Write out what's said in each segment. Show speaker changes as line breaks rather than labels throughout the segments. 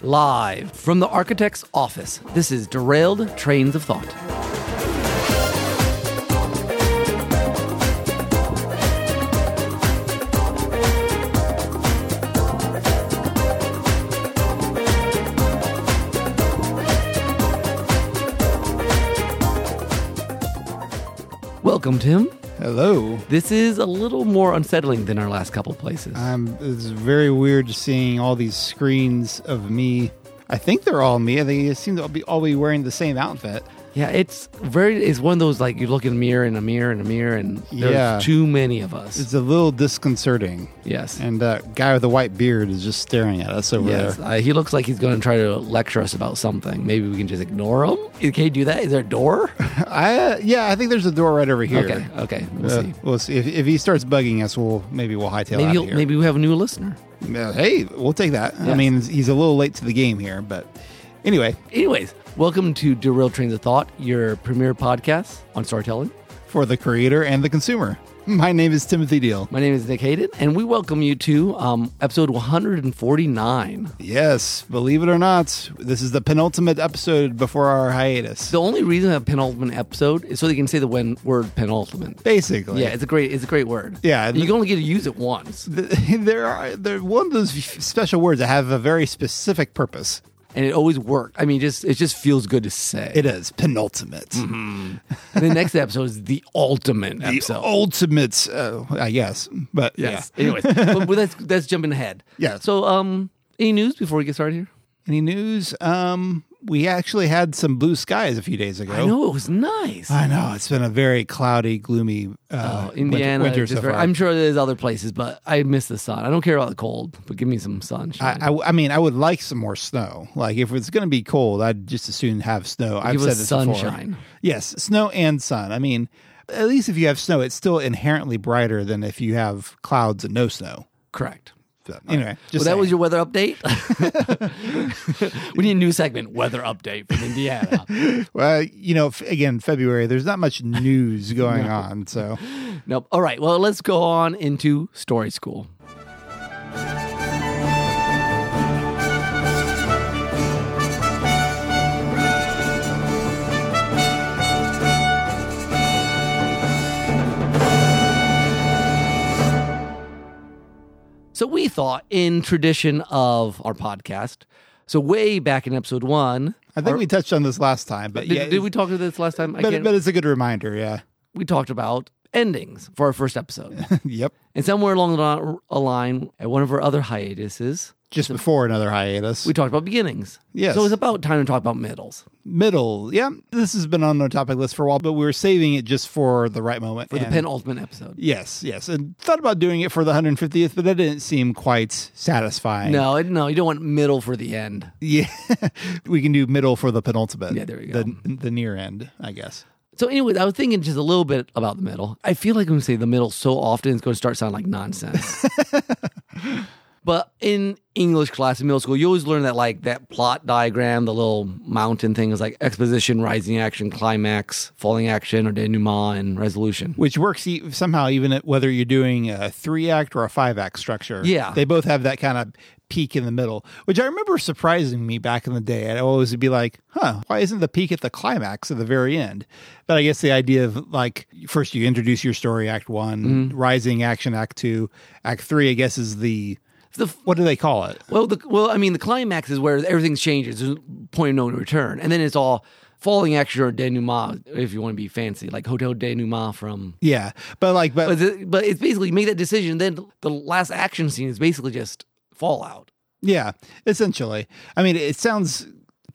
Live from the architect's office, this is Derailed Trains of Thought. Welcome, Tim.
Hello.
This is a little more unsettling than our last couple places.
Um, it's very weird seeing all these screens of me. I think they're all me. They seem to be all be wearing the same outfit.
Yeah, it's very. It's one of those like you look in the mirror and a mirror and a mirror, and there's
Yeah.
too many of us.
It's a little disconcerting.
yes,
And that guy with the white beard is just staring at us over
yes.
there.
Uh, he looks like he's going to try to lecture us about something. Maybe we can just ignore him. Can he do that? Is there a door?
I uh, yeah, I think there's a door right over here.
Okay, okay. We'll
Uh,
see.
we'll see. If, if he starts bugging us, we'll maybe we'll hightail
Maybe
out of
he'll-
here.
maybe we have a new listener.
Uh, hey, we'll take that. I
Yes.
mean, he's a little late to the game here, but anyway,
Anyways, welcome to Derailed Trains of Thought, your premier podcast on storytelling.
for the creator and the consumer. My name is Timothy Deal.
My name is Nick Hayden, and we welcome you to um, episode 149.
Yes, believe it or not, this is the penultimate episode before our hiatus.
The only reason I have penultimate episode is so they can say the when word penultimate.
Basically,
Yeah, it's a great it's a great word.
Yeah,
you
th-
can only get to use it once,
Th- there are they're one of those f- special words that have a very specific purpose.
and it always worked. I mean, just it just feels good to say.
It is penultimate,
And the next episode is Mm-hmm. the ultimate
the
episode.
ultimate. Uh, I guess, but
yes. Anyways, but, but that's that's jumping ahead.
Yeah.
So, um, any news before we get started here?
yeah. Any news? Um, we actually had some blue skies a few days ago.
I know it was nice.
I know, it's been a very cloudy, gloomy uh,
Oh, Indiana,
winter, winter
just
so
very-
far.
I'm sure there's other places, but I miss the sun. I don't care about the cold, but give me some sunshine.
I, I, I mean, I would like some more snow. Like, if it's going to be cold, I'd just as soon have snow. I've
Give
said
us
this
sunshine.
before. Yes, snow and sun. I mean, at least if you have snow, it's still inherently brighter than if you have clouds and no snow.
Correct.
So, anyway,
Well,
just
that was
saying.
your weather update. we need a new segment, weather update from Indiana.
well, you know, f- again, February. There's not much news going on, so
Nope. All right. Well, let's go on into story school. So we thought, in tradition of our podcast, so way back in episode one,
I think we touched on this last time, but
did,
yeah,
did we talk about this last time? I
But,
can't-
but it's a good reminder. Yeah.
we talked about endings for our first episode.
yep.
And somewhere along the li- a line, at one of our other hiatuses,
Just before another hiatus.
we talked about beginnings.
Yes.
So it's about time to talk about middles.
middle. Yeah, this has been on our topic list for a while, but we were saving it just for the right moment. For
The penultimate episode.
Yes, yes. And thought about doing it for the 150th, but that didn't seem quite satisfying.
No, I- no, you don't want middle for the end.
Yeah. we can do middle for the penultimate.
Yeah, there you go.
The, the near end, I guess.
So anyway, I was thinking just a little bit about the middle. I feel like when we say the middle so often, it's going to start sounding like nonsense. but in English class in middle school, you always learn that like that plot diagram, the little mountain thing is like exposition, rising action, climax, falling action, or denouement and resolution.
Which works e- somehow, even at whether you're doing a three act or a five act structure.
Yeah.
They both have that kind of peak in the middle, which I remember surprising me back in the day. I'd always be like, huh, why isn't the peak at the climax at the very end? But I guess the idea of like, first you introduce your story, act one,
Mm-hmm.
rising action, act two, act three, I guess is the.
The f-
What do they call it?
Well, the, well, I mean, the climax is where everything changes. There's a point of no return, and then it's all falling action or denouement, if you want to be fancy, like Hotel Denouement from.
Yeah, but like, but
But, the, but it's basically you make that decision. Then the last action scene is basically just fallout.
yeah, essentially. I mean, it sounds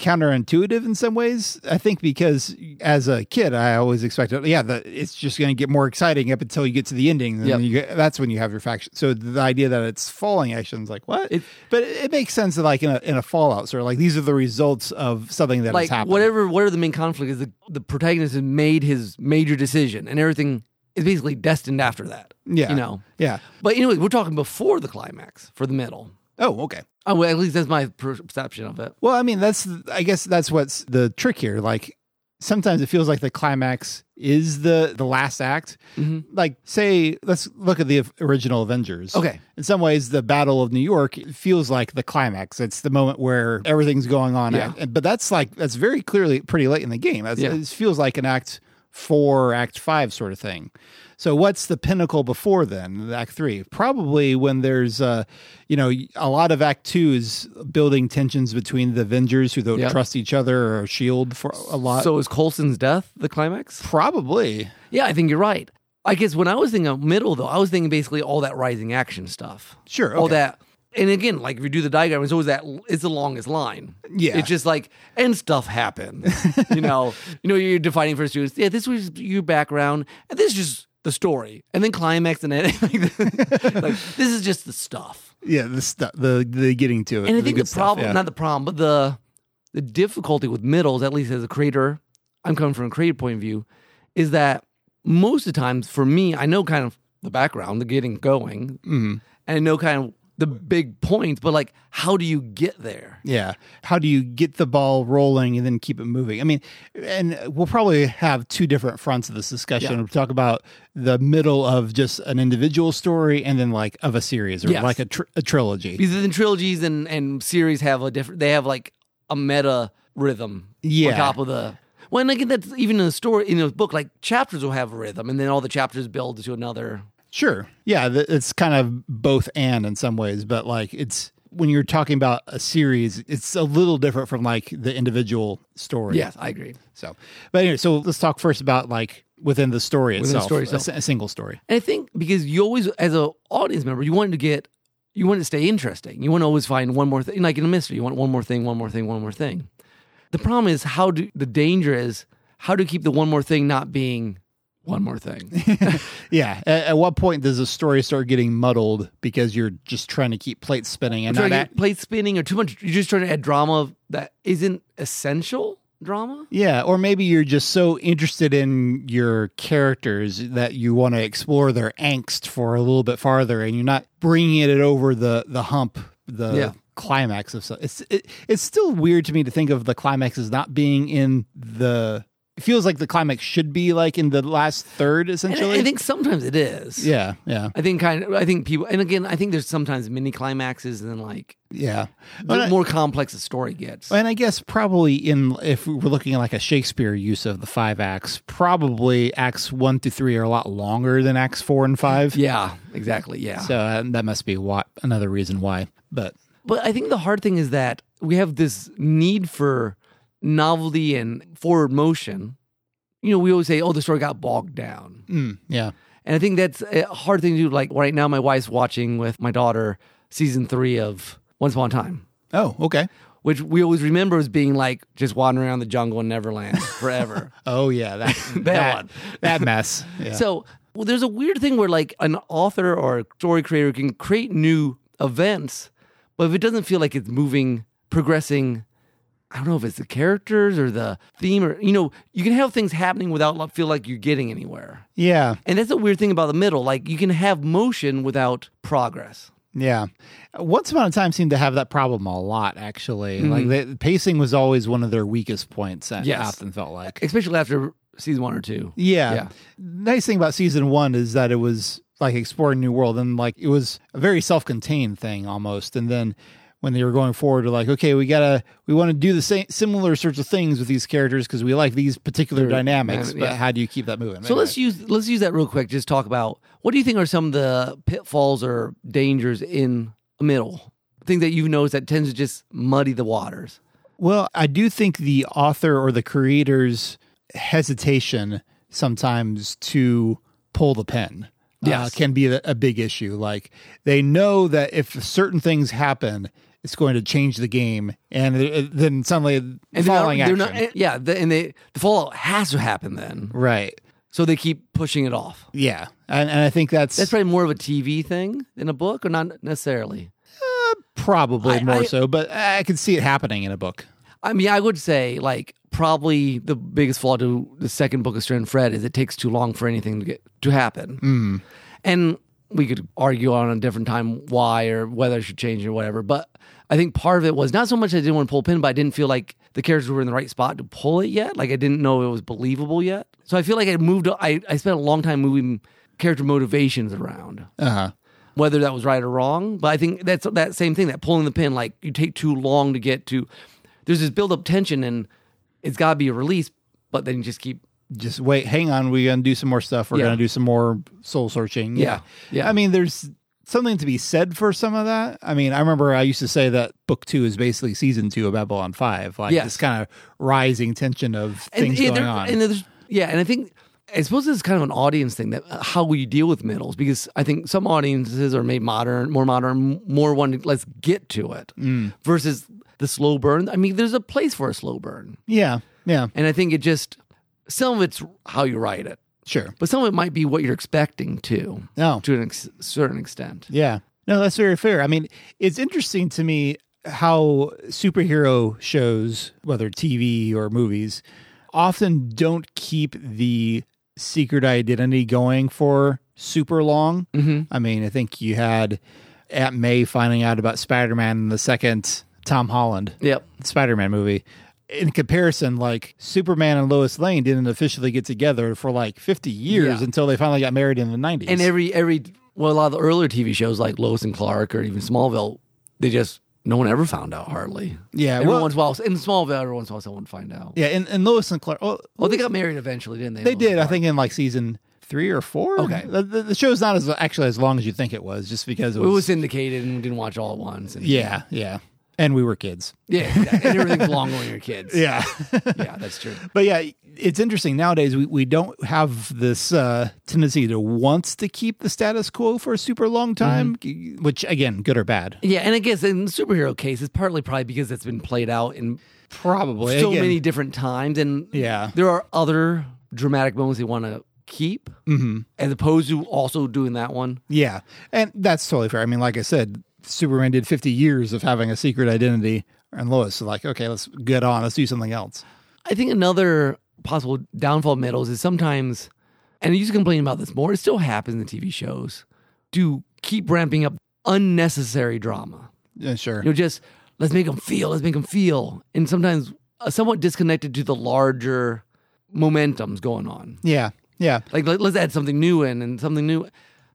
counterintuitive in some ways. I think because as a kid, I always expected, yeah, the, it's just going to get more exciting up until you get to the ending, and
Yep.
you get, that's when you have your faction. So the idea that it's falling action is like what,
It-
but it, it makes sense that like in a in a Fallout sort of like these are the results of something that has
Like
happened.
whatever, whatever the main conflict is, the, the protagonist has made his major decision, and everything is basically destined after that.
yeah,
you know.
yeah.
But anyway, we're talking before the climax for the middle.
Oh, okay.
Oh, well, at least that's my perception of it.
Well, I mean, that's I guess that's what's the trick here. Like sometimes it feels like the climax is the the last act. Like say, let's look at the original Avengers.
Okay.
In some ways, the Battle of New York feels like the climax. It's the moment where everything's going on.
Yeah.
At, but that's like that's very clearly pretty late in the game. That's,
Yeah.
It feels like an act four, act five sort of thing. So what's the pinnacle before then, act three? Probably when there's uh, you know, a lot of act two is building tensions between the Avengers who don't
Yeah.
trust each other or shield for a lot.
So is Colson's death the climax?
Probably.
Yeah, I think you're right. I guess when I was thinking of middle though, I was thinking basically all that rising action stuff.
Sure.
All
okay.
that and again, like if you do the diagram, it's always that it's the longest line.
Yeah.
It's just like and stuff happens. you know. You know, you're defining for students, yeah, this was your background, and this is just the story. And then climax and then like this is just the stuff.
Yeah. The stuff. The the getting to
And
it.
I think the,
good stuff,
problem,
yeah.
not the problem, but the the difficulty with middles, at least as a creator, I'm coming from a creative point of view, is that most of the times for me, I know kind of the background, the getting going,
Mm-hmm.
and I know kind of the big points, but like, how do you get there?
Yeah. How do you get the ball rolling and then keep it moving? I mean, and we'll probably have two different fronts of this discussion.
Yeah.
We'll talk about the middle of just an individual story and then like of a series or
Yes.
like a, tr- a trilogy.
Because the trilogies and and series have a different, they have like a meta rhythm
Yeah.
on top of the. Well, and again, that's even in the story in the book. Like chapters will have a rhythm, and then all the chapters build to another.
Sure. Yeah, th- it's kind of both and in some ways, but like it's when you're talking about a series, it's a little different from like the individual story.
Yes, I agree.
So, but anyway, so let's talk first about like within the story
the
itself,
story
a
itself.
si- a single story.
And I think because you always, as an audience member, you want to get, you want to stay interesting. You want to always find one more thing, like in a mystery, you want one more thing, one more thing, one more thing. The problem is how do, the danger is how to keep the one more thing not being one more thing.
Yeah. At, at what point does the story start getting muddled because you're just trying to keep plates spinning and
trying
not
to
at,
get plate spinning or too much, you're just trying to add drama that isn't essential drama.
yeah, or maybe you're just so interested in your characters that you want to explore their angst for a little bit farther, and you're not bringing it over the the hump, the
Yeah.
climax of stuff. It's it, it's still weird to me to think of the climax as not being in the. It feels like the climax should be like in the last third,
And
essentially.
I, I think sometimes it is.
yeah, yeah,
I think kind of, I think people, and again, I think there's sometimes mini climaxes and like
yeah.
the
But I-
more complex the story gets.
And I guess probably in if we were looking at like a Shakespeare use of the five acts, probably acts one to three are a lot longer than acts four and five.
yeah, exactly. Yeah.
So uh, that must be why, another reason why. But
But I think the hard thing is that we have this need for novelty and forward motion. You know, we always say, "Oh, the story got bogged down,"
mm, yeah,
and I think that's a hard thing to do. Like right now, my wife's watching with my daughter season three of Once Upon a Time,
oh okay,
which we always remember as being like just wandering around the jungle in Neverland forever.
oh yeah, that that,
one.
that mess. Yeah.
So well, there's a weird thing where like an author or a story creator can create new events, but if it doesn't feel like it's moving, progressing, I don't know if it's the characters or the theme or you know, you can have things happening without lo- feel like you're getting anywhere.
yeah,
And that's a weird thing about the middle. Like you can have motion without progress.
Yeah. Once Upon a Time seemed to have that problem a lot, actually. Like the pacing was always one of their weakest points, I
Mm-hmm. Yes.
often felt like.
Especially after season one or two.
Yeah.
Yeah.
Nice thing about season one is that it was like exploring new world and like it was a very self-contained thing almost. And then when they were going forward, they're like, okay, we gotta we want to do the same similar sorts of things with these characters because we like these particular dynamics.
dynamic,
But
yeah.
how do you keep that moving?
So let's use let's use that real quick. Just talk about what do you think are some of the pitfalls or dangers in a middle? Things that you've noticed that tends to just muddy the waters.
Well, I do think the author or the creator's hesitation sometimes to pull the pen uh,
Yes.
can be a, a big issue. Like they know that if certain things happen, it's going to change the game, and th- then suddenly
And they're not-
following
they're
action.
not- yeah, the, and they the fallout has to happen then,
right.
so they keep pushing it off.
Yeah, and, and I think that's,
That's probably more of a TV thing than a book, or not necessarily.
probably
I-
more
I-
so. But I could see it happening in a book.
I mean, I would say like probably the biggest flaw to the second book of Stern Fred is it takes too long for anything to get to happen. And we could argue on a different time why or whether I should change it or whatever. But I think part of it was not so much I didn't want to pull a pin, but I didn't feel like the characters were in the right spot to pull it yet. Like I didn't know it was believable yet. So I feel like I moved. I I spent a long time moving character motivations around,
Uh huh.
whether that was right or wrong. But I think that's that same thing that pulling the pin. Like you take too long to get to. There's this build up tension and it's got to be a release, but then you just keep
Just wait. Hang on. We're gonna do some more stuff. We're
Yeah.
gonna do some more soul searching.
Yeah. Yeah.
I mean, there's something to be said for some of that. I mean, I remember I used to say that book two is basically season two of Babylon Five. Like
Yes.
this kind of rising tension of things
yeah,
going
there-
on.
and there's- yeah, and I think I suppose it's kind of an audience thing that uh, how you deal with middles because I think some audiences are made modern, more modern, more one. Let's get to it
Mm.
versus the slow burn. I mean, there's a place for a slow burn,
yeah. Yeah.
and I think it just some of it's how you write it,
Sure.
but some of it might be what you're expecting too,
No.
to an ex- certain extent.
Yeah. No, that's very fair. I mean, it's interesting to me how superhero shows, whether TV or movies, often don't keep the secret identity going for super long.
Mm-hmm.
I mean, I think you had Aunt May finding out about Spider Man in the second Tom Holland
Yep.
Spider Man movie. In comparison, like Superman and Lois Lane didn't officially get together for like 50 years
Yeah.
until they finally got married in the 90s.
And every every well, a lot of the earlier TV shows like Lois and Clark or even Smallville, they just no one ever found out hardly.
yeah,
Every
well,
once in a while, in Smallville, every once in a while, someone would find out.
Yeah, and, and Lois and Clark. Well,
Well, they got married eventually, didn't they?
they did, I think, in like season three or four.
Okay.
the, the, the show's not as actually as long as you think it was, just because it
It
was.
was syndicated and we didn't watch all at once. And,
yeah, yeah, and we were kids.
yeah, exactly. and everything's long when you're kids.
Yeah,
yeah, that's true.
but yeah, it's interesting nowadays. We we don't have this uh, tendency to want to keep the status quo for a super long time, which again, good or bad,
Yeah, and I guess in the superhero case, it's partly probably because it's been played out in
probably
so
Again,
many different times, and
Yeah.
there are other dramatic moments they want to keep, mm-hmm. as opposed to also doing that one.
Yeah, and that's totally fair. I mean, like I said, Superman did fifty years of having a secret identity, and Lois was like, okay, let's get on, let's do something else.
I think another possible downfall of middles is sometimes, and I used to complain about this more. It still happens in TV shows to keep ramping up unnecessary drama.
Yeah, sure.
you know, just let's make them feel, let's make them feel, and sometimes uh, somewhat disconnected to the larger momentums going on.
Yeah, yeah,
Like let, let's add something new in and something new.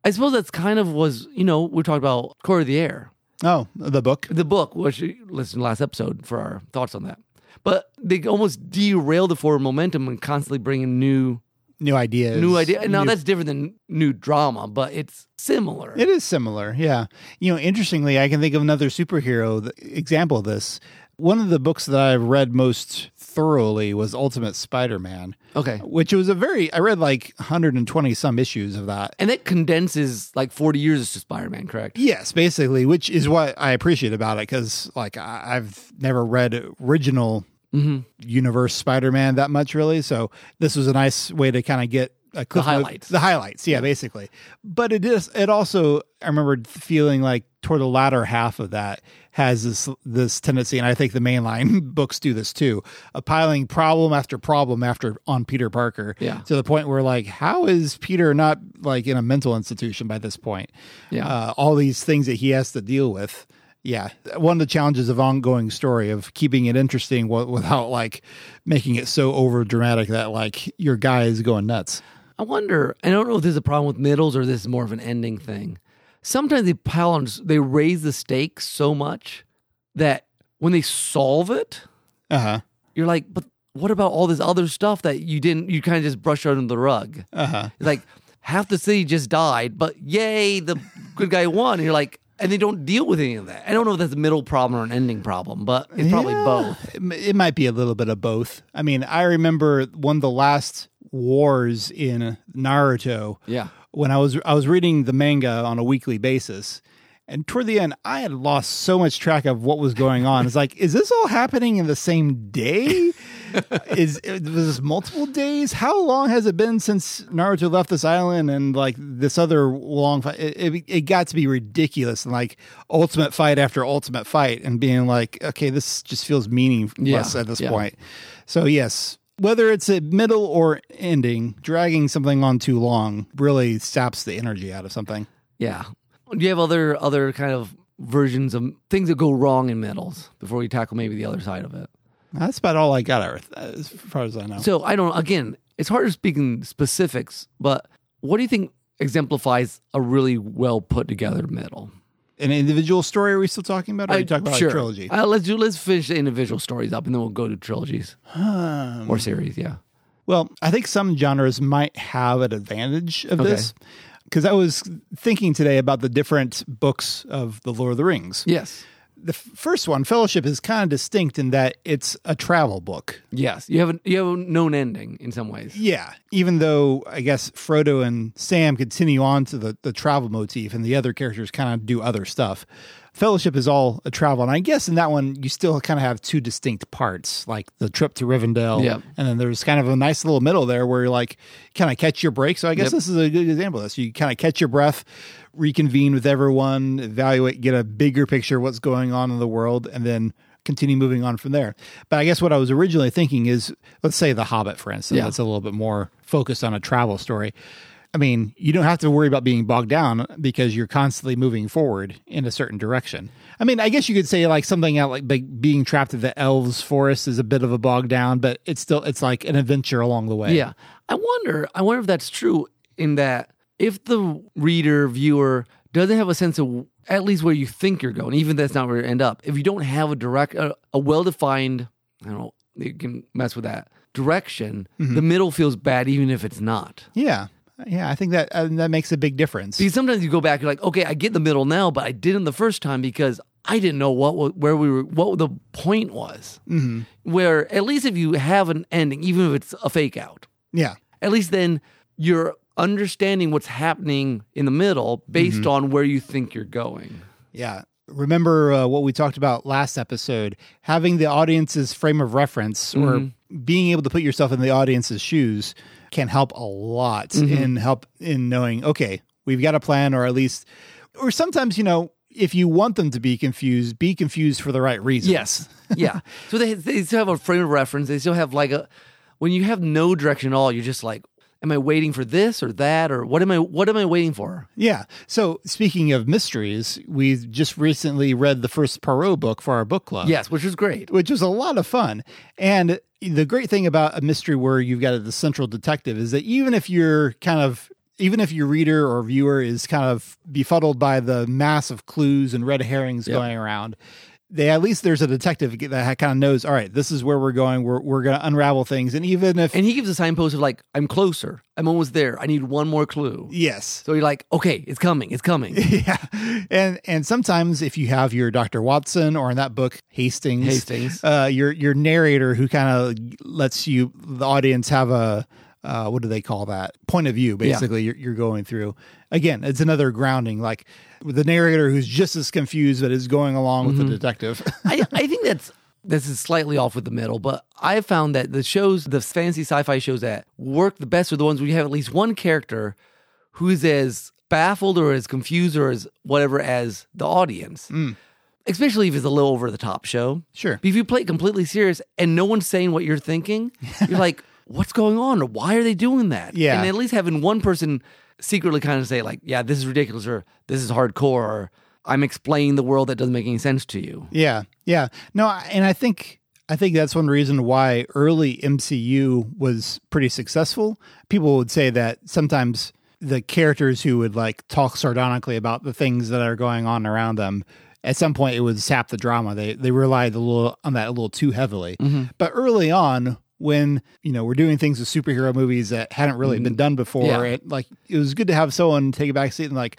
I suppose that's kind of was you know we talked about Corey the Air,
Oh, the book.
the book, which you listened to last episode for our thoughts on that. But they almost derail the forward momentum and constantly bringing new
New ideas.
new idea. Now
New-
that's different than new drama, but it's similar.
it is similar. Yeah. You know, interestingly, I can think of another superhero th- example of this. One of the books that I've read most thoroughly was Ultimate Spider-Man,
okay,
which was a very I read like 120 some issues of that.
and that condenses like forty years of Spider Man, correct?
Yes, basically, which is what I appreciate about it because, like, I, I've never read original
Mm-hmm.
universe Spider-Man that much, really. So this was a nice way to kind of get a cliff note-
highlights.
the highlights, yeah, basically. But it is. It also, I remember feeling like toward the latter half of that has this this tendency, and I think the mainline books do this too, of piling problem after problem after on Peter Parker,
Yeah.
to the point where like, how is Peter not like in a mental institution by this point?
Yeah.
uh, all these things that he has to deal with. Yeah, one of the challenges of ongoing story of keeping it interesting w- without like making it so over dramatic that like your guy is going nuts.
I wonder. I don't know if there's a problem with middles or this is more of an ending thing. Sometimes they pile on. They raise the stakes so much that when they solve it,
Uh huh.
you're like, but what about all this other stuff that you didn't? You kind of just brushed under the rug.
Uh huh.
It's like half the city just died, but yay, the good guy won. And you're like, and they don't deal with any of that. I don't know if that's a middle problem or an ending problem, but it's probably
Yeah.
both.
It, m- it might be a little bit of both. I mean, I remember one of the last wars in Naruto.
Yeah.
When I was I was reading the manga on a weekly basis, and toward the end, I had lost so much track of what was going on. It's like, is this all happening in the same day? is was this multiple days? How long has it been since Naruto left this island and like this other long fight? It, it, it got to be ridiculous and like ultimate fight after ultimate fight, and being like, okay, this just feels meaningless
Yeah,
at this
yeah.
point. So yes, whether it's a middle or ending, dragging something on too long really saps the energy out of something.
Yeah. Do you have other other kind of versions of things that go wrong in middles before we tackle maybe the other side of it?
That's about all I got Earth, as far as I know.
So I don't. Again, it's hard to speak in specifics, but what do you think exemplifies a really well put together middle?
An individual story? Are we still talking about? Or are you talking about
sure.
a trilogy?
Uh, let's do. Let's finish the individual stories up, and then we'll go to trilogies
Um,
or series. Yeah.
Well, I think some genres might have an advantage of
Okay.
this because I was thinking today about the different books of the Lord of the Rings.
Yes.
The f- first one, Fellowship, is kind of distinct in that it's a travel book.
Yes. You have a, you have a known ending in some ways.
Yeah, even though I guess Frodo and Sam continue on to the, the travel motif and the other characters kind of do other stuff. Fellowship is all a travel. And I guess in that one, you still kind of have two distinct parts, like the trip to Rivendell.
Yep.
And then there's kind of a nice little middle there where you're like, kind of catch your breath. So I guess
Yep.
this is a good example of this. You kind of catch your breath, reconvene with everyone, evaluate, get a bigger picture of what's going on in the world, and then continue moving on from there. But I guess what I was originally thinking is, let's say The Hobbit, for instance,
Yeah.
that's a little bit more focused on a travel story. I mean, you don't have to worry about being bogged down because you're constantly moving forward in a certain direction. I mean, I guess you could say like something out like, like being trapped in the elves forest is a bit of a bog down, but it's still it's like an adventure along the way.
Yeah. I wonder I wonder if that's true in that if the reader, viewer doesn't have a sense of at least where you think you're going, even if that's not where you end up. If you don't have a direct a, a well-defined, I don't know, you can mess with that direction,
Mm-hmm.
the middle feels bad even if it's not.
Yeah. Yeah, I think that uh, that makes a big difference.
See, sometimes you go back, you're like, okay, I get the middle now, but I didn't the first time because I didn't know what wa- where we were, what the point was. Mm-hmm. Where at least if you have an ending, even if it's a fake out,
Yeah.
at least then you're understanding what's happening in the middle based on where you think you're going.
Yeah. Remember uh, what we talked about last episode having the audience's frame of reference or being able to put yourself in the audience's shoes can help a lot in help in knowing, okay, we've got a plan, or at least, or sometimes, you know, if you want them to be confused, be confused for the right reason.
yeah. So they, they still have a frame of reference. They still have like a when you have no direction at all, you're just like, am I waiting for this or that or what am I what am I waiting for?
Yeah. So speaking of mysteries, we just recently read the first Perot book for our book club.
Yes, which is great.
which was a lot of fun. And the great thing about a mystery where you've got the central detective is that even if you're kind of even if your reader or viewer is kind of befuddled by the mass of clues and red herrings
Yep.
going around, they at least there's a detective that kind of knows. All right, this is where we're going. We're we're going to unravel things. And even if
And he gives a signpost of like, I'm closer. I'm almost there. I need one more clue.
yes,
So you're like, okay, it's coming. It's coming.
yeah, and and sometimes if you have your Doctor Watson or in that book Hastings,
Hastings.
uh, your your narrator who kind of lets you the audience have a uh, what do they call that point of view basically you're, you're going through again it's another grounding like the narrator who's just as confused but is going along with the detective
I, I think that's this is slightly off with the middle, but I found that the shows, the fantasy sci-fi shows that work the best are the ones where you have at least one character who's as baffled or as confused or as whatever as the audience. Especially if it's a little over the top show.
Mm. Sure.
But if you play it completely serious and no one's saying what you're thinking, you're like, what's going on? Or why are they doing that?
Yeah.
And at least having one person secretly kind of say, like, yeah, this is ridiculous or this is hardcore or I'm explaining the world that doesn't make any sense to you.
Yeah, yeah. No, I- and I think I think that's one reason why early MCU was pretty successful. People would say that sometimes the characters who would like talk sardonically about the things that are going on around them. At some point, it would sap the drama. They they relied a little on that a little too heavily. But early on, when you know we're doing things with superhero movies that hadn't really been done before,
Yeah.
it like it was good to have someone take a back seat and like,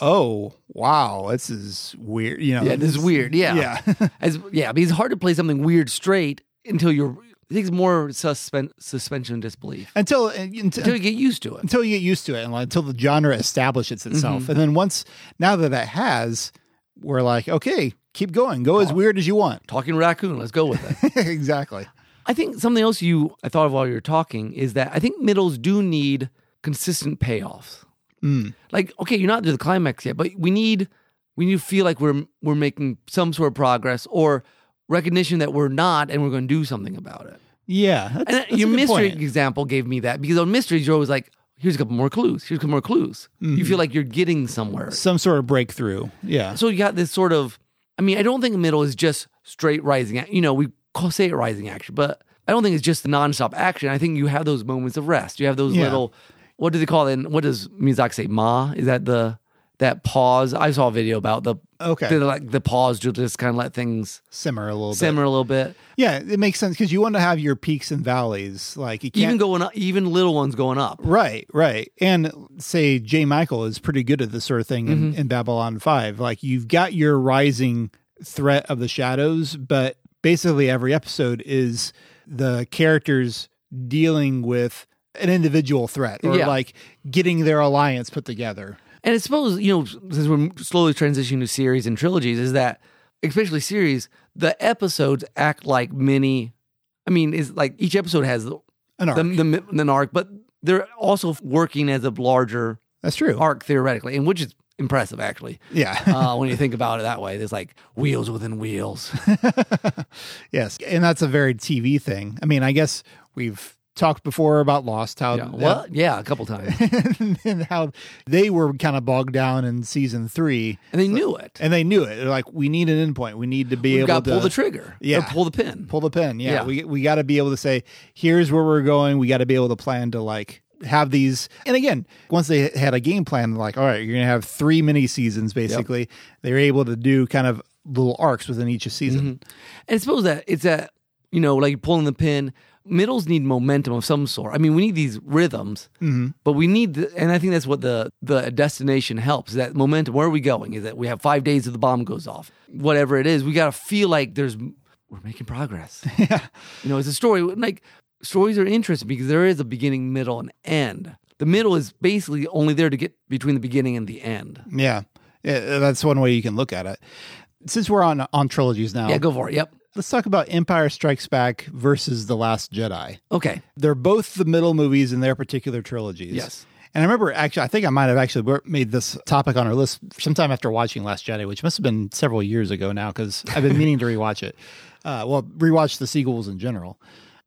oh wow, this is weird. You know,
Yeah, this is weird. Yeah.
yeah.
As yeah, but it's hard to play something weird straight until you're it takes more suspen suspension of disbelief.
until uh, until
Until you get used to it.
until you get used to it and like, until the genre establishes
Mm-hmm.
itself, and then once now that it has, we're like, okay, keep going, go as weird as you want.
Talking raccoon, let's go with it.
exactly.
I think something else you I thought of while you were talking is that I think middles do need consistent payoffs. Like, okay, you're not to the climax yet, but we need we need to feel like we're we're making some sort of progress or recognition that we're not and we're gonna do something about it.
Yeah, that's,
And uh,
that's a
your
good
mystery
point.
example gave me that because on mysteries you're always like, Here's a couple more clues. Here's a couple more clues.
Mm-hmm.
You feel like you're getting somewhere.
Some sort of breakthrough. Yeah.
So you got this sort of, I mean, I don't think middle is just straight rising. ac- You know, we call, say it rising action, but I don't think it's just nonstop action. I think you have those moments of rest. You have those
Yeah.
little, what do they call it? And what does Miyazaki say? Ma? Is that the, that pause? I saw a video about the,
Okay.
the, like the pause to just kind of let things
simmer a little
simmer a little bit.
bit. Yeah, it makes sense because you want to have your peaks and valleys. Like you can't
Even going up, even little ones going up.
Right, right. And say J. Michael is pretty good at this sort of thing
Mm-hmm.
in, in Babylon 5. Like you've got your rising threat of the shadows, but basically every episode is the characters dealing with an individual threat or
Yeah.
like getting their alliance put together.
And I suppose, you know, since we're slowly transitioning to series and trilogies, is that, especially series, the episodes act like mini. I mean, is like each episode has the,
An arc.
the, the, an arc, but they're also working as a larger
That's true.
arc theoretically, and which is impressive, actually,
Yeah.
uh, when you think about it that way. There's like wheels within wheels.
yes. And that's a very TV thing. I mean, I guess we've talked before about Lost, how
Yeah, what? Yeah, a couple times.
and how they were kind of bogged down in season three.
And they knew it.
And they knew it. They're like, we need an endpoint. We need to be
You've
able
got
to
to pull the trigger.
Yeah.
Or pull the pin.
pull the pin. Yeah,
Yeah.
we we got to be able to say, here's where we're going. We got to be able to plan to like have these. And again, once they had a game plan, like, all right, you're gonna have three mini seasons. Basically, they were able to do kind of little arcs within each season.
And I suppose that it's that, you know, like pulling the pin, middles need momentum of some sort. I mean, we need these rhythms, but we need, the, and I think that's what the, the destination helps is that momentum. Where are we going? Is that we have five days of the bomb goes off, whatever it is, we got to feel like there's, we're making progress.
yeah,
you know, it's a story. Like stories are interesting because there is a beginning, middle, and end. The middle is basically only there to get between the beginning and the end.
yeah, Yeah, That's one way you can look at it. Since we're on on trilogies now,
Yeah, go for it. Yep.
let's talk about Empire Strikes Back versus The Last Jedi.
Okay.
They're both the middle movies in their particular trilogies.
Yes.
And I remember actually, I think I might have actually wor- made this topic on our list sometime after watching Last Jedi, which must have been several years ago now because I've been meaning to rewatch it. Uh, well, rewatch the sequels in general.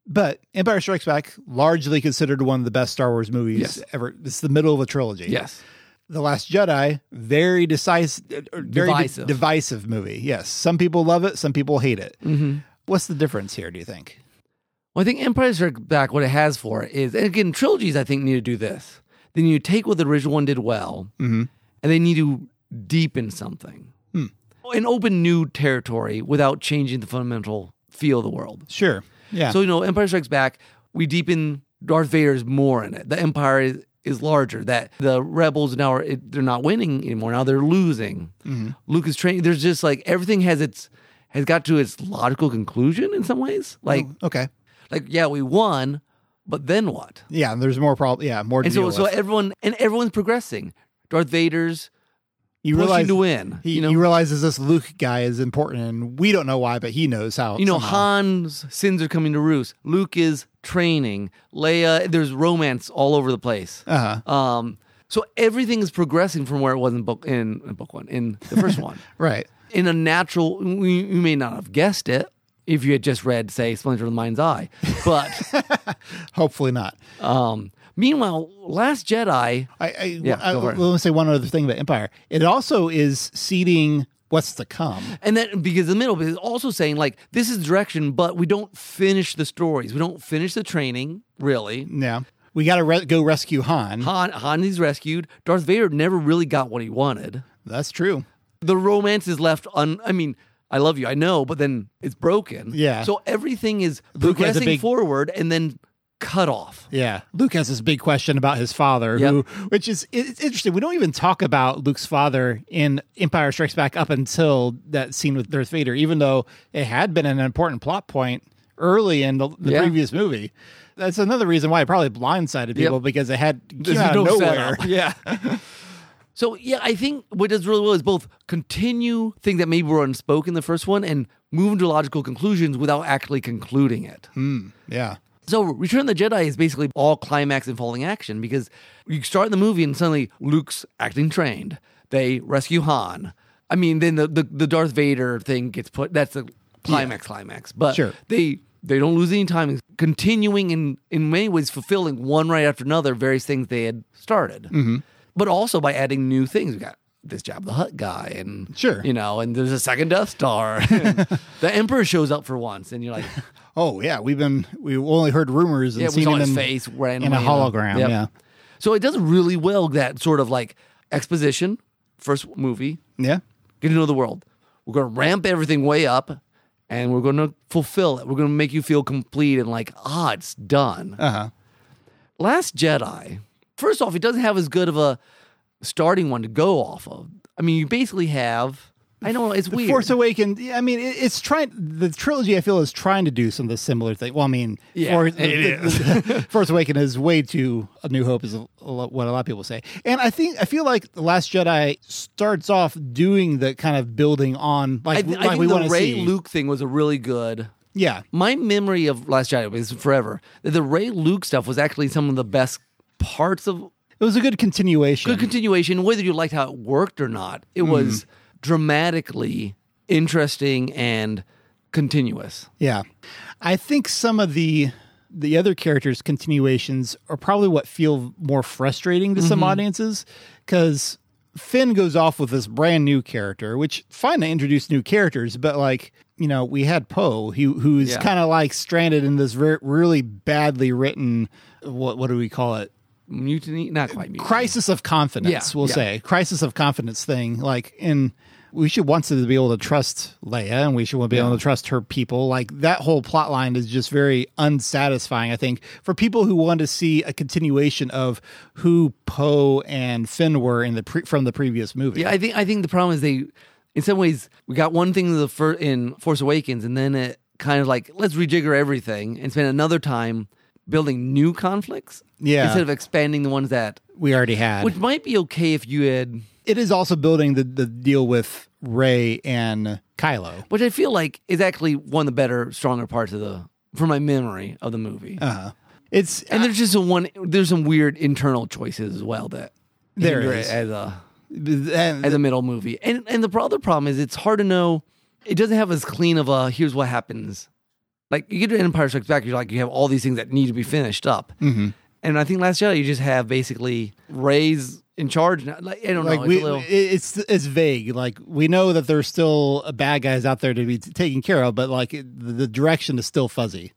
But Empire Strikes Back, largely considered one of the best Star Wars movies
Yes.
ever. It's the middle of a trilogy.
Yes.
The Last Jedi, very decisive, very divisive.
Divisive.
divisive movie. Yes. Some people love it, some people hate it.
Mm-hmm.
What's the difference here, do you think?
Well, I think Empire Strikes Back, what it has for it is, and again, trilogies, I think, need to do this. They need to take what the original one did well, and they need to deepen something and open new territory without changing the fundamental feel of the world.
Sure. Yeah.
So, you know, Empire Strikes Back, we deepen Darth Vader's more in it. The Empire is, is larger. That the rebels now are it, they're not winning anymore. Now they're losing. Luke is training. There's just like everything has its has got to its logical conclusion in some ways. Like
okay.
like yeah we won but then what
Yeah, there's more problem. Yeah, more. To
and so
deal
so
with.
everyone and everyone's progressing darth vader's
you
pushing
realize
to win
He,
you know
he realizes this Luke guy is important, and we don't know why, but he knows how.
you know
somehow.
han's sins are coming to roost luke is training leia there's romance all over the place
Uh-huh.
um so everything is progressing from where it was in book in, in book one in the first one
right?
in a natural you, you may not have guessed it if you had just read say splinter of the mind's eye but
Hopefully not.
um meanwhile last jedi
I, I,
Yeah,
I,
go for
I
it.
want to say one other thing about Empire. It also is seeding what's to come.
And then because the middle is also saying like this is direction, but we don't finish the stories. We don't finish the training really.
Yeah, we got to re- go rescue Han.
Han Han is rescued. Darth Vader never really got what he wanted.
That's true.
The romance is left un. I mean, I love you, I know, but then it's broken.
Yeah.
So everything is
Luke has a
progressing
big-
forward and then cut off.
Yeah, Luke has this big question about his father,
Yep.
who, which is it's interesting. We don't even talk about Luke's father in Empire Strikes Back up until that scene with Darth Vader, even though it had been an important plot point early in the, the
Yeah.
previous movie. That's another reason why it probably blindsided people because it had came
There's
out of
no
nowhere.
setup.
Yeah,
So yeah, I think what does really well is both continue things that maybe were unspoken in the first one and move into logical conclusions without actually concluding it.
yeah,
So Return of the Jedi is basically all climax and falling action because you start the movie and suddenly Luke's acting trained. They rescue Han. I mean, then the, the, the Darth Vader thing gets put. That's the climax, climax. But
Sure.
they They don't lose any time continuing and in many ways fulfilling one right after another various things they had started.
Mm-hmm.
But also by adding new things. We got this Jabba the Hutt guy and
Sure.
you know, and there's a second Death Star. And the Emperor shows up for once and you're like,
Oh yeah, we've been we only heard rumors and
Yeah, we
seen
saw
him
his
in,
face randomly.
in a
you know?
hologram.
Yep.
Yeah,
So it does really well that sort of like exposition, first movie,
yeah.
get to know the world. We're going to ramp everything way up and we're going to fulfill it. We're going to make you feel complete and like, ah, it's done.
Uh huh.
Last Jedi, first off, it doesn't have as good of a starting one to go off of. I mean, you basically have, I know it's weird.
Force Awakens. yeah, I mean, it, it's trying. The trilogy, I feel, is trying to do some of the similar thing. Well, I mean,
Yeah,
Force,
it
is. Force Awakens is way too. A New Hope is a, a lot, what a lot of people say, and I think I feel like the Last Jedi starts off doing the kind of building on
I,
like,
th- I
like
think
we want
the
to
Ray
see.
Luke thing was a really good
yeah,
my memory of Last Jedi is forever. that The Ray Luke stuff was actually some of the best parts of
it was a good continuation.
the continuation, whether you liked how it worked or not. It was dramatically interesting and continuous.
Yeah. I think some of the the other characters continuations are probably what feel more frustrating to some audiences cuz Finn goes off with this brand new character, which fine to introduce new characters, but like, you know, we had Poe, who who's
Yeah.
kind of like stranded in this re- really badly written what what do we call it?
Mutiny, not quite mutiny.
crisis of confidence,
Yeah,
we'll
yeah.
say crisis of confidence thing. Like, and we should want to be able to trust Leia, and we should want to be able to trust her people. Like that whole plot line is just very unsatisfying. I think for people who want to see a continuation of who Poe and Finn were in the pre- from the previous movie.
Yeah, I think I think the problem is they, in some ways, we got one thing in the fir- in Force Awakens, and then it kind of like let's rejigger everything and spend another time building new conflicts
Yeah.
instead of expanding the ones that
we already had.
which might be okay if you had
it is also building the the deal with Ray and Kylo.
which I feel like is actually one of the better, stronger parts of the, from my memory of the movie.
Uh, it's
Uh-huh. and there's just a one, there's some weird internal choices as well that
There
hinder
is.
it as a
and-
as a middle movie. And and the pro- other problem is it's hard to know. It doesn't have as clean of a here's what happens. Like you get to Empire Strikes Back, you're like you have all these things that need to be finished up.
Mm-hmm.
And I think Last Jedi, you just have basically Ray's in charge. Now. Like I don't
like
know.
we,
it's a little,
it- it's it's vague. Like we know that there's still uh, bad guys out there to be t- taken care of, but like it, the the direction is still fuzzy,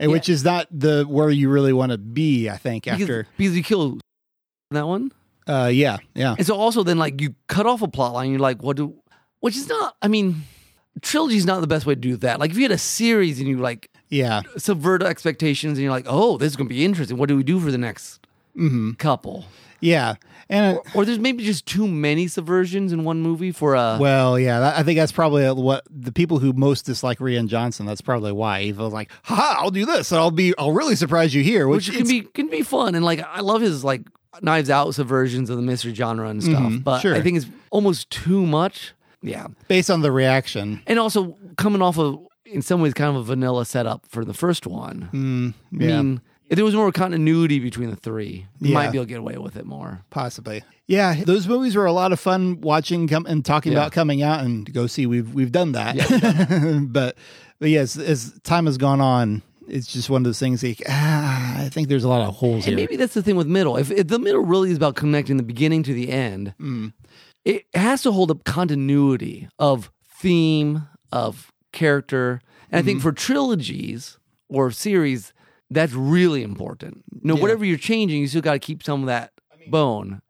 and which is not the where you really want to be. I think
because,
after,
because you kill that one.
uh, yeah, yeah,
And so also then like you cut off a plot line, you're like, what do which is not I mean, trilogy's not the best way to do that. Like if you had a series and you like
yeah,
subvert expectations and you're like, oh, this is gonna be interesting. What do we do for the next
Mm-hmm.
couple?
yeah, and uh,
Or there's maybe just too many subversions in one movie for a
well, yeah, that, I think that's probably uh, what the people who most dislike Rian Johnson. That's probably why he was like, "Ha, "Ha, I'll do this, and I'll be, I'll really surprise you here," which,
which can
it's-
be can be fun. And like I love his like knives out subversions of the mystery genre and stuff. but
Mm-hmm. sure.
I think it's almost too much. Yeah.
based on the reaction.
And also coming off of in some ways kind of a vanilla setup for the first one.
Yeah.
I mean, if there was more continuity between the three, you
Yeah.
might be able to get away with it more.
Possibly, yeah. Those movies were a lot of fun watching come, and talking
Yeah.
about coming out and go see. We've we've done that, but but yes, as time has gone on, it's just one of those things. Like, ah, I think there's a lot of holes here.
And maybe that's the thing with middle. If, if the middle really is about connecting the beginning to the end,
Mm.
it has to hold up continuity of theme, of character. And I think
Mm-hmm.
for trilogies or series, that's really important. You know, whatever you're changing, you still got to keep some of that bone.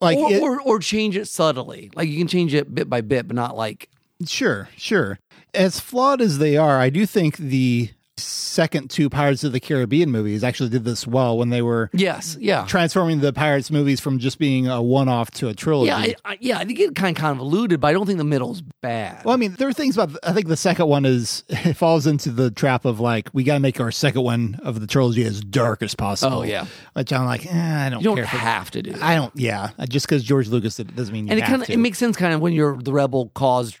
like
or,
it-
or, or change it subtly. Like you can change it bit by bit, but not like
Sure, sure. As flawed as they are, I do think the second two Pirates of the Caribbean movies actually did this well when they were
yes, yeah.
transforming the Pirates movies from just being a one-off to a trilogy.
Yeah, I, I, yeah, I think it kind of convoluted, but I don't think the middle's bad.
Well, I mean, there are things about. I think the second one is it falls into the trap of like we got to make our second one of the trilogy as dark as possible.
Oh, yeah.
which I'm like, eh, I don't,
you don't
care. For,
have to do that.
I don't. Yeah, just because George Lucas did it doesn't mean you
and it
have
kind of
to.
it makes sense kind of when you're the rebel caused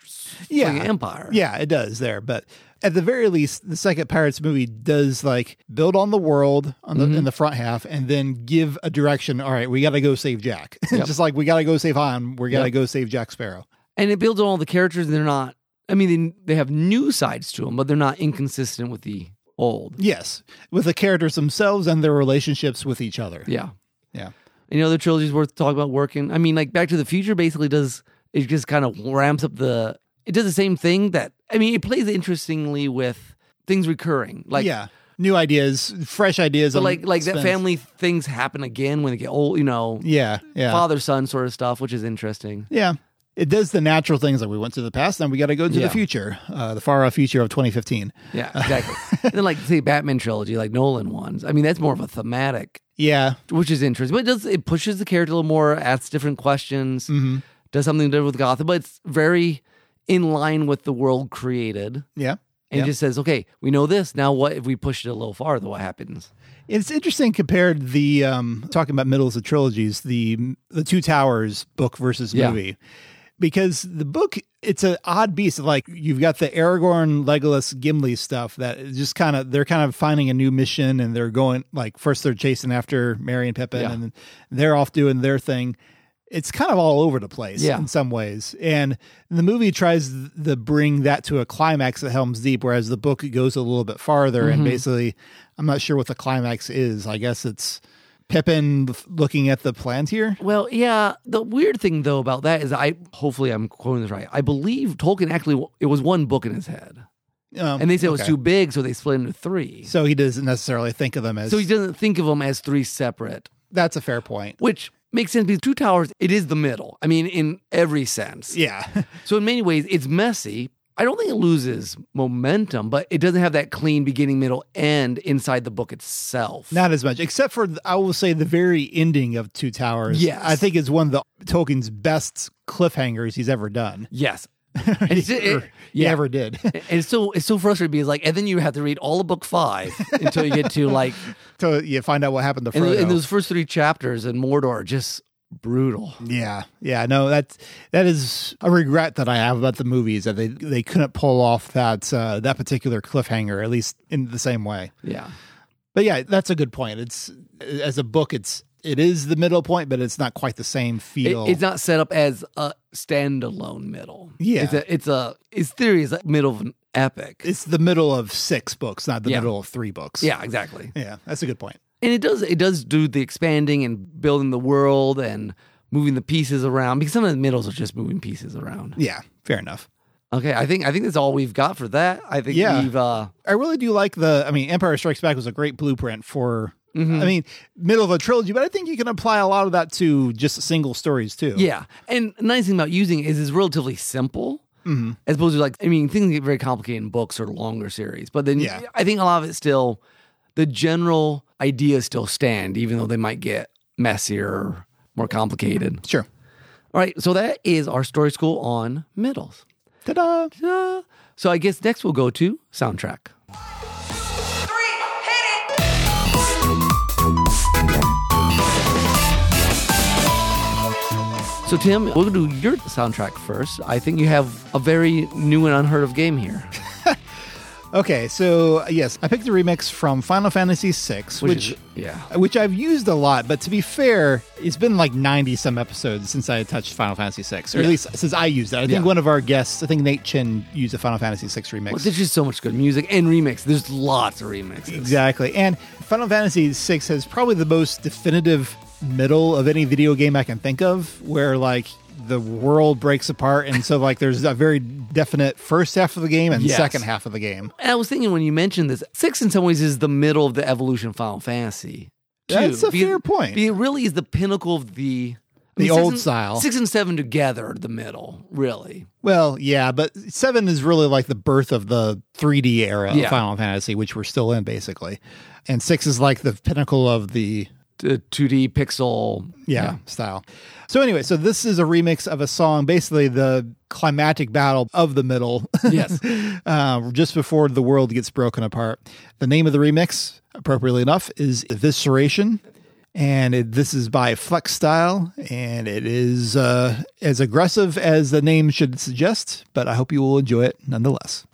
Yeah.
yeah. empire.
yeah, it does there, but at the very least, the second Pirates movie does like build on the world on the,
Mm-hmm.
in the front half, and then give a direction. All right, we got to go save Jack. just like we got to go save Han. We got to
Yep.
go save Jack Sparrow.
And it builds on all the characters and they're not I mean they, they have new sides to them, but they're not inconsistent with the old.
Yes, with the characters themselves and their relationships with each other.
Yeah.
Yeah.
Any other trilogies worth talking about working? I mean, like Back to the Future basically does it just kind of ramps up the it does the same thing that I mean it plays interestingly with things recurring. Like
yeah. New ideas, fresh ideas.
but
on
like like that
spins.
family things happen again when they get old, you know,
Yeah. Yeah.
father son sort of stuff, which is interesting.
Yeah. It does the natural things like we went to the past, now we got to go to
Yeah.
the future, uh, the far off future of 2015.
Yeah, exactly. and then like say Batman trilogy, like Nolan ones. I mean, that's more of a thematic,
Yeah.
which is interesting. But it does it pushes the character a little more, asks different questions, does something different with Gotham, but it's very in line with the world created.
Yeah.
And
Yeah.
just says, okay, we know this. Now what if we push it a little farther? What happens?
It's interesting compared the um, talking about middles of trilogies, the the Two Towers book versus
Yeah.
movie, because the book it's an odd beast. of, Like you've got the Aragorn, Legolas, Gimli stuff that is just kind of they're kind of finding a new mission and they're going like first they're chasing after Mary and Pippin
Yeah.
and then they're off doing their thing. It's kind of all over the place
Yeah.
in some ways, and the movie tries th- to bring that to a climax at Helm's Deep, whereas the book goes a little bit farther
Mm-hmm.
and basically I'm not sure what the climax is. I guess it's Pippin f- looking at the plans here.
Well, yeah. The weird thing though about that is, I hopefully I'm quoting this right. I believe Tolkien actually it was one book in his head,
Um,
and they said it was
okay.
too big, so they split into three.
So he doesn't necessarily think of them as.
So he doesn't think of them as three separate,
that's a fair point.
which makes sense because Two Towers it is the middle. I mean, in every sense.
Yeah,
So in many ways, it's messy. I don't think it loses momentum, but it doesn't have that clean beginning, middle, end inside the book itself.
not as much, except for th- I will say the very ending of Two Towers.
Yes.
I think is one of the Tolkien's best cliffhangers he's ever done.
yes, and it's, it-
Or he
yeah.
ever did.
And it's so it's so frustrating because like, and then you have to read all of book five until you get to like,
so you find out what happened to
and,
Frodo.
and those first three chapters in Mordor are just brutal.
Yeah, yeah, no, that's that is a regret that I have about the movies that they they couldn't pull off that uh, that particular cliffhanger at least in the same way.
Yeah,
But yeah, that's a good point. It's as a book, it's it is the middle point, but it's not quite the same
It-
feel.
it's not set up as a standalone middle.
Yeah.
it's a it's a its theory is a middle of an epic.
It's the middle of six books, not the
Yeah.
middle of three books.
yeah, exactly.
yeah, that's a good point.
and it does it does do the expanding and building the world and moving the pieces around because some of the middles are just moving pieces around.
Yeah, fair enough.
Okay, I think I think that's all we've got for that. I think
Yeah.
we've uh
I really do like the. I mean, Empire Strikes Back was a great blueprint for.
Mm-hmm.
I mean, middle of a trilogy, but I think you can apply a lot of that to just single stories too.
yeah. And nice thing about using it is it's relatively simple. As opposed to like I mean things get very complicated in books or longer series. But then
Yeah.
I think a lot of it still the general ideas still stand, even though they might get messier or more complicated.
sure.
All right, so that is our story school on middles.
Ta-da!
Ta-da. So I guess next we'll go to soundtrack.
three, hit it!
So Tim, we'll do your soundtrack first. I think you have a very new and unheard of game here,
Okay, so yes, I picked the remix from Final Fantasy VI, which,
which, is, yeah,
which I've used a lot, but to be fair, it's been like 90 some episodes since I touched Final Fantasy VI, or at
Yeah.
least since I used it. I think
Yeah.
one of our guests, I think Nate Chin, used a Final Fantasy VI remix.
Well, there's just so much good music and remix. There's lots of remixes.
exactly. And Final Fantasy VI has probably the most definitive middle of any video game I can think of, where like the world breaks apart, and so like there's a very definite first half of the game and
Yes.
second half of the game.
And I was thinking when you mentioned this, six in some ways is the middle of the evolution of Final Fantasy. two.
That's a
Because-
fair point.
because It really is the pinnacle of the I
The
six
old
and-
style.
Six and seven together, are the middle, really.
Well, yeah, but seven is really like the birth of the 3D era
Yeah.
of Final Fantasy, which we're still in basically, and six is like the pinnacle of the
The 2D pixel.
yeah, style. So anyway, so this is a remix of a song, basically the climactic battle of the middle,
Yes.
uh, just before the world gets broken apart. The name of the remix, appropriately enough, is Evisceration. And it, this is by Flex Style, and it is uh, as aggressive as the name should suggest, but I hope you will enjoy it nonetheless.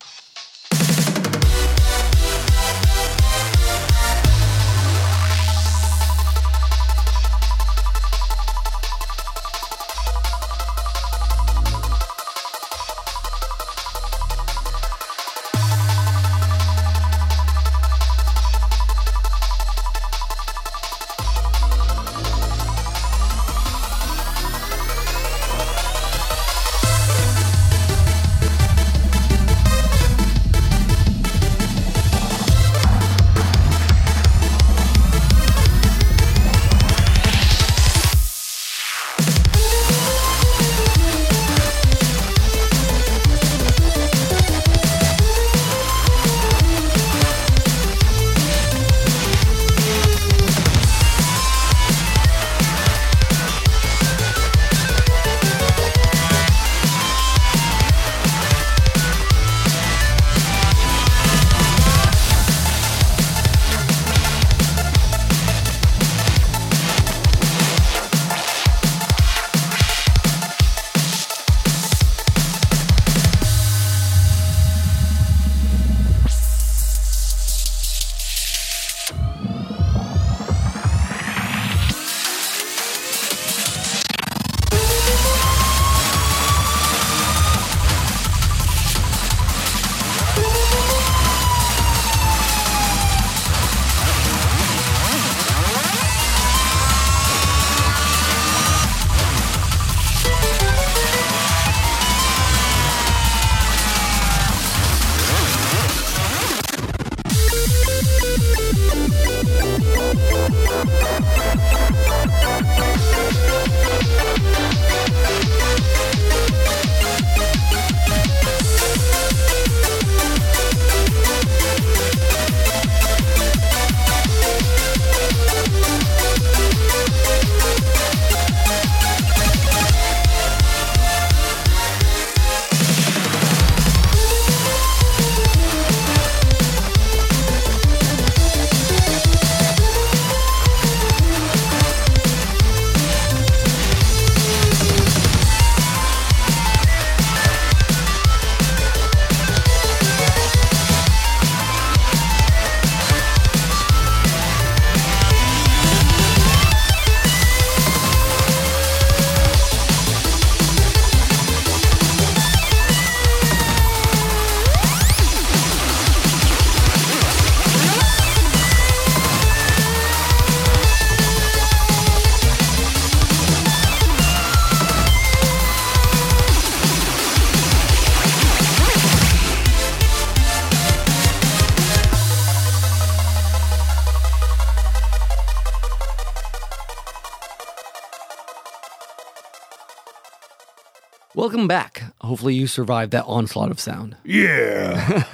Welcome back. Hopefully, you survived that onslaught of sound. Yeah.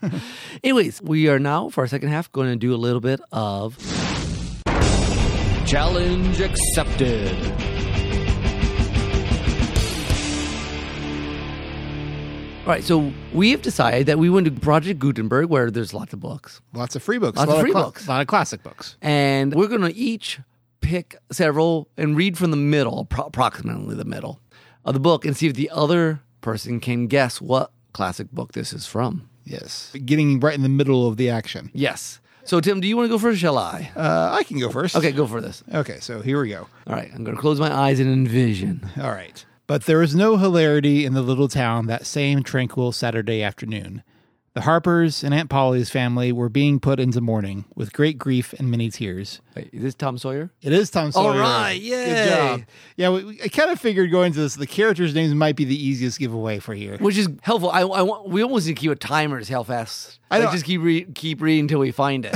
Anyways, we are now for our second half going to do a little bit of challenge accepted. All right, so we have decided that we went to Project Gutenberg, where there's lots of books,
Lots of free books.
Lots
a lot
of free
cla-
books.
A lot of classic books.
and we're going to each pick several and read from the middle, pro- approximately the middle of the book, and see if the other person can guess what classic book this is from.
Yes. Getting right in the middle of the action.
Yes. So, Tim, do you want to go first? Or shall I?
Uh, I can go first.
Okay, go for this.
Okay, so here we go.
All right, I'm going to close my eyes and envision.
All right. But there was no hilarity in the little town that same tranquil Saturday afternoon. The Harpers and Aunt Polly's family were being put into mourning with great grief and many tears.
Wait, is this Tom Sawyer?
It is Tom Sawyer.
right,
Good
yay.
job. Yeah, we, we- I kind of figured going to this, the characters' names might be the easiest giveaway for here.
Which is helpful. I, I want, we almost need to keep a timer to see how fast.
I
I
know.
like, just keep re- keep reading until we find it.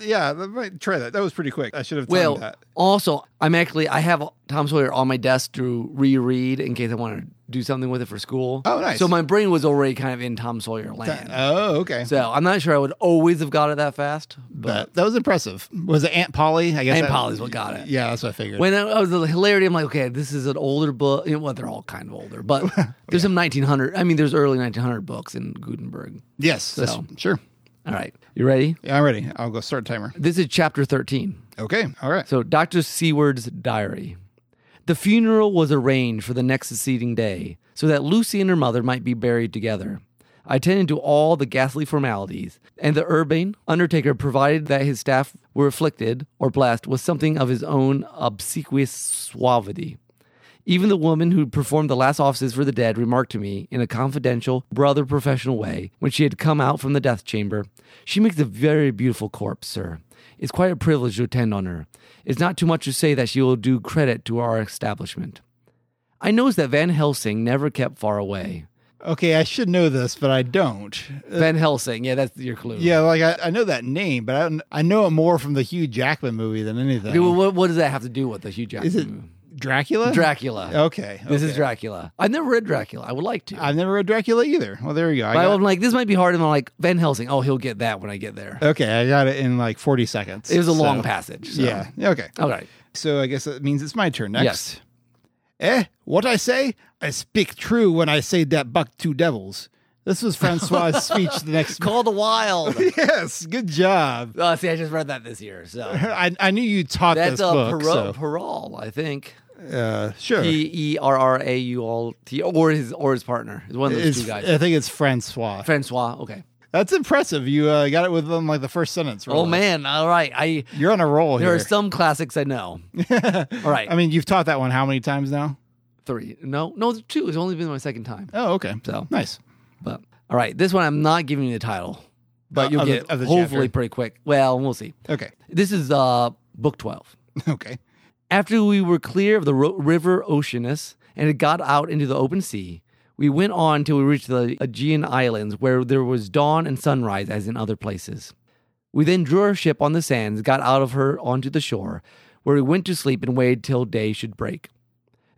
Yeah, that might try that. That was pretty quick. I should have timed
well,
that.
also, I'm actually I have Tom Sawyer on my desk to reread in case I want to do something with it for school.
Oh, nice.
So my brain was already kind of in Tom Sawyer land.
Oh, okay.
so I'm not sure I would always have got it that fast, but
but that was impressive. Was it Aunt Polly? I guess
Aunt
that-
Polly's what got it.
Yeah, that's what I figured.
When I I was the hilarity, I'm like, okay, this is an older book. You know, well, they're all kind of older, but there's some 1900. I mean, there's early 1900 books in Gutenberg.
yes, that's,
So.
sure.
All right, you ready?
Yeah, I'm ready. I'll go start timer.
This is chapter 13.
Okay. All right.
So, Dr. Seward's diary. The funeral was arranged for the next succeeding day so that Lucy and her mother might be buried together. I attended to all the ghastly formalities, and the urbane undertaker provided that his staff were afflicted or blessed with something of his own obsequious suavity. Even the woman who performed the last offices for the dead remarked to me in a confidential, brother professional way when she had come out from the death chamber, She makes a very beautiful corpse, sir. It's quite a privilege to attend on her. It's not too much to say that she will do credit to our establishment. I noticed that Van Helsing never kept far away.
Okay, I should know this, but I don't.
Van Helsing, yeah, that's your clue.
Uh, Yeah, like I, I know that name, but I don't, I know it more from the Hugh Jackman movie than anything.
Okay, well, what, what does that have to do with the Hugh Jackman?
Is it
movie?
Dracula?
Dracula?
Okay.
This is
okay.
Dracula. I've never read Dracula. I would like to.
I've never read Dracula either. Well, there you go. I
but
got,
I'm like, this might be hard, and I'm like, Van Helsing. Oh, he'll get that when I get there.
okay, I got it in like 40 seconds.
It was a
so-
long passage. so.
Yeah. Okay.
All right.
So I guess that means it's my turn next.
Yes.
Eh, what I say? I speak true when I say that buck two devils. This was Francois' speech the next
Call the Wild.
Yes, good job.
uh, see, I just read that this year, so
I, I knew you taught
that's
this
a
book.
Perrault, Perrault, I think.
so, uh, sure.
P E R R A U L T, or his or his partner is one of those
It's-
two guys.
I think it's Francois.
Francois. Okay.
That's impressive. You uh, got it within like the first sentence.
Oh
really.
man. All right. I
you're on a roll
there
here.
are some classics I know. All right.
Oh, I mean, you've taught that one how many times now?
three. No, no, it's two. It's only been my second time.
Oh, okay.
So,
nice.
but all right. This one I'm not giving you the title, but
Uh,
you'll
of
get
the- of
it
the
hopefully
chapter.
pretty quick. Well, we'll see.
Okay,
This is uh book twelve.
okay.
After we were clear of the ro- river Oceanus and had got out into the open sea, we went on till we reached the Aegean Islands, where there was dawn and sunrise as in other places. We then drew our ship on the sands, got out of her onto the shore, where we went to sleep and waited till day should break.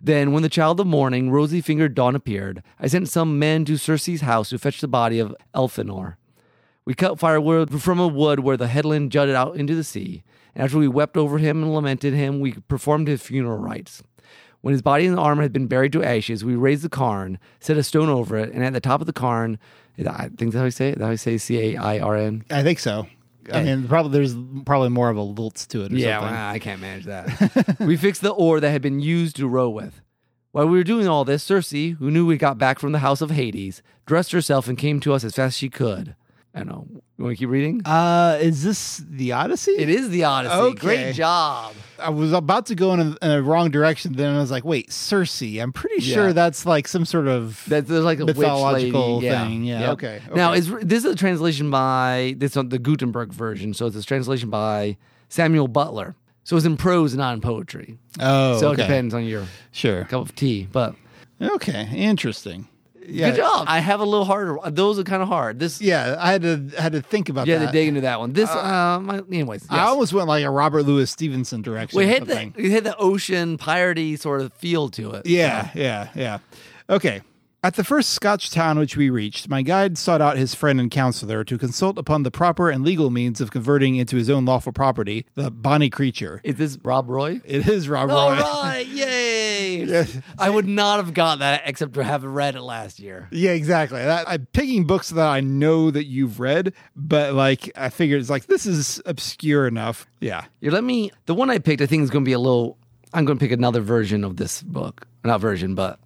Then, when the child of morning, rosy fingered dawn appeared, I sent some men to Circe's house to fetch the body of Elphinor. We cut firewood from a wood where the headland jutted out into the sea, and after we wept over him and lamented him, we performed his funeral rites. When his body and armor had been buried to ashes, we raised the cairn, set a stone over it, and at the top of the cairn, I think that's how I say it. That's how I say C A I R N.
I think so. I mean, probably there's probably more of a lilt to it. Or
Yeah,
something.
well, I can't manage that. we fixed the oar that had been used to row with. While we were doing all this, Circe, who knew we got back from the house of Hades, dressed herself and came to us as fast as she could. I don't know. You want to keep reading?
Uh, is this the Odyssey?
it is the Odyssey.
okay.
Great job.
I was about to go in a, in a wrong direction, then I was like, "Wait, Circe? I'm pretty sure
Yeah.
that's like some sort of
That there's like a
Mythological
witch lady.
thing. Yeah, okay,
Now
okay.
is this is a translation by this on the Gutenberg version, so it's a translation by Samuel Butler. So it's in prose, not in poetry.
oh,
so
okay.
it depends on your
Sure.
cup of tea, but.
Okay, interesting. Yeah,
Good job. I have a little harder. Those are kind of hard. This, yeah,
Yeah, I had to had to think about
they
that.
dig into that one. This, um, anyways,
uh, I
yes.
almost went like a Robert Louis Stevenson direction.
we
or
hit the
something.
we hit the ocean piratey sort of feel to it.
Yeah, yeah, yeah. Okay. At the first Scotch town which we reached, my guide sought out his friend and counselor to consult upon the proper and legal means of converting into his own lawful property the bonny creature.
Is this Rob Roy?
It is Rob
All
Roy.
right, yay! I would not have got that except for having read it last year.
Yeah, exactly. That, I'm picking books that I know that you've read, but like I figured it's like this is obscure enough. Yeah.
Here, let me. The one I picked, I think is going to be a little. I'm going to pick another version of this book, not version, but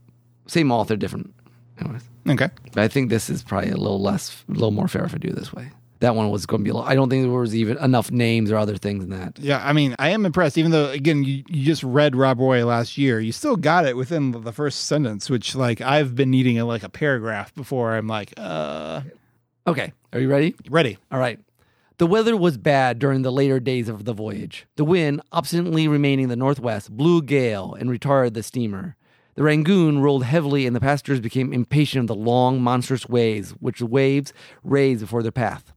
same author, different. Anyways.
Okay.
But I think this is probably a little less, a little more fair if I do it this way. That one was going to be a little. I don't think there was even enough names or other things in that.
Yeah, I mean, I am impressed. Even though, again, you, you just read Rob Roy last year, you still got it within the first sentence, which like I've been needing a, like a paragraph before. I'm like, uh,
Okay, are you ready?
ready.
All right. The weather was bad during the later days of the voyage. The wind, obstinately remaining the northwest, blew a gale and retarded the steamer. The Rangoon rolled heavily, and the passengers became impatient of the long, monstrous waves which the waves raised before their path.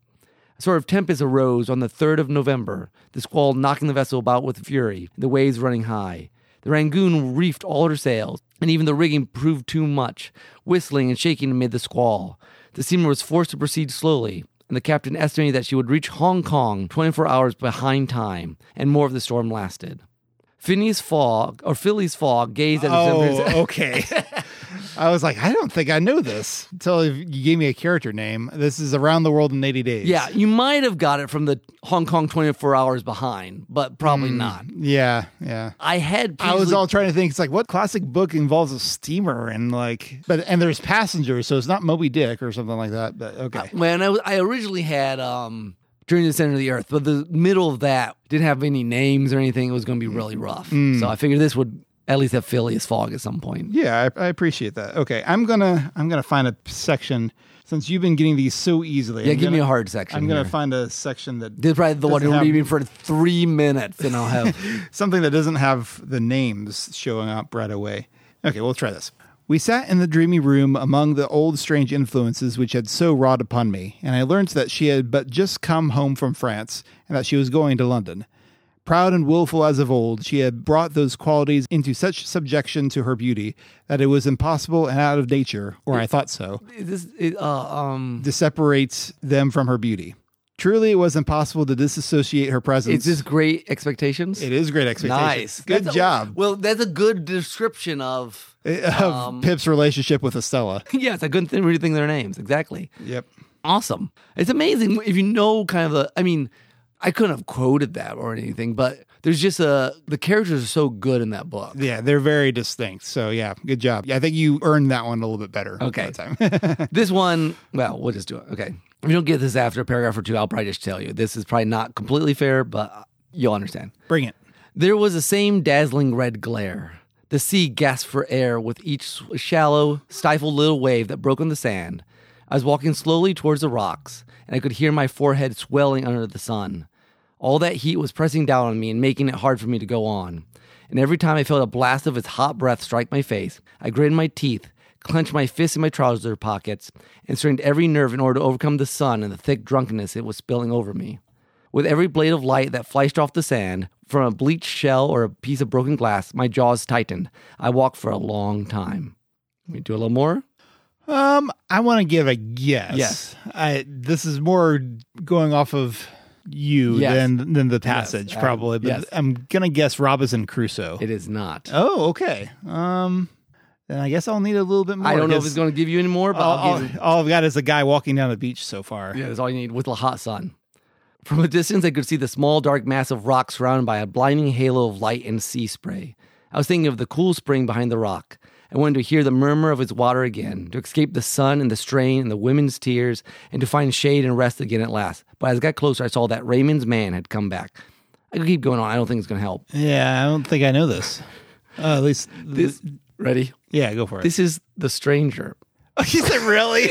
A sort of tempest arose on the 3rd of November, the squall knocking the vessel about with fury, the waves running high. The Rangoon reefed all her sails, and even the rigging proved too much, whistling and shaking amid the squall. The steamer was forced to proceed slowly, and the captain estimated that she would reach Hong Kong 24 hours behind time, and more of the storm lasted. Phineas Fogg, or Philly's Fogg, gazed at the
Oh, okay. I was like, I don't think I know this until you gave me a character name. This is Around the World in 80 Days.
Yeah, you might have got it from the Hong Kong 24 hours behind, but probably not.
Yeah. Yeah.
I had
Hmm. I was
previously-
all trying to think. It's like what classic book involves a steamer and like, but and there's passengers, so it's not Moby Dick or something like that. But okay,
Man, I, was- I originally had um during the center of the earth, but the middle of that didn't have any names or anything. It was going to be really rough.
Mm.
So I figured this would at least have Phileas Fogg at some point.
Yeah, I, I appreciate that. Okay, I'm gonna I'm gonna find a section since you've been getting these so easily.
Yeah,
I'm
give
gonna,
me a hard section.
I'm gonna
here.
find a section that
This is probably the one
doesn't
you'll
have-
read me for three minutes, and I'll have.
something that doesn't have the names showing up right away. Okay, we'll try this. We sat in the dreamy room among the old strange influences which had so wrought upon me, and I learnt that she had but just come home from France and that she was going to London. Proud and wilful as of old, she had brought those qualities into such subjection to her beauty that it was impossible and out of nature, or I thought so,
this, is, uh, um,
to separate them from her beauty. Truly, it was impossible to disassociate her presence.
is this great expectations?
it is great expectation.
Nice.
Good
That's a-
job. Uh,
well, that's a good description of.
of Pip's relationship with Estella.
yes, I couldn't really think of their names. Exactly.
Yep.
awesome. It's amazing if you know kind of the. I mean, I couldn't have quoted that or anything, but there's just a the characters are so good in that book.
Yeah, they're very distinct. So yeah, good job. Yeah, I think you earned that one a little bit better.
Okay.
that Time.
This one, well, we'll just do it. Okay, if you don't get this after a paragraph or two, I'll probably just tell you this is probably not completely fair, but you'll understand.
Bring it.
There was the same dazzling red glare. The sea gasped for air with each sw- shallow, stifled little wave that broke on the sand. I was walking slowly towards the rocks, and I could hear my forehead swelling under the sun. All that heat was pressing down on me and making it hard for me to go on. And every time I felt a blast of its hot breath strike my face, I gritted my teeth, clenched my fists in my trouser pockets, and strained every nerve in order to overcome the sun and the thick drunkenness it was spilling over me. With every blade of light that flashed off the sand from a bleached shell or a piece of broken glass, my jaws tightened. I walked for a long time. We do a little more.
Um, I want to give a guess.
Yes.
I this is more going off of you
Yes.
than than the passage
Adam.
probably, but
Yes.
I'm gonna guess Robinson Crusoe.
It is not.
oh, okay. Um, then I guess I'll need a little bit more.
I don't know if
because
it's going to give you any more, but
all,
I'll give you-
all- all I've got is a guy walking down the beach so far.
Yeah, that's all you need with the hot sun. From a distance, I could see the small, dark mass of rock surrounded by a blinding halo of light and sea spray. I was thinking of the cool spring behind the rock. I wanted to hear the murmur of its water again, to escape the sun and the strain and the women's tears, and to find shade and rest again at last. But as I got closer, I saw that Raymond's man had come back. I could keep going on. I don't think it's going to help.
Yeah, I don't think I know this. Uh, at least,
This ready?
yeah, go for it.
This is the stranger.
He said, "Really?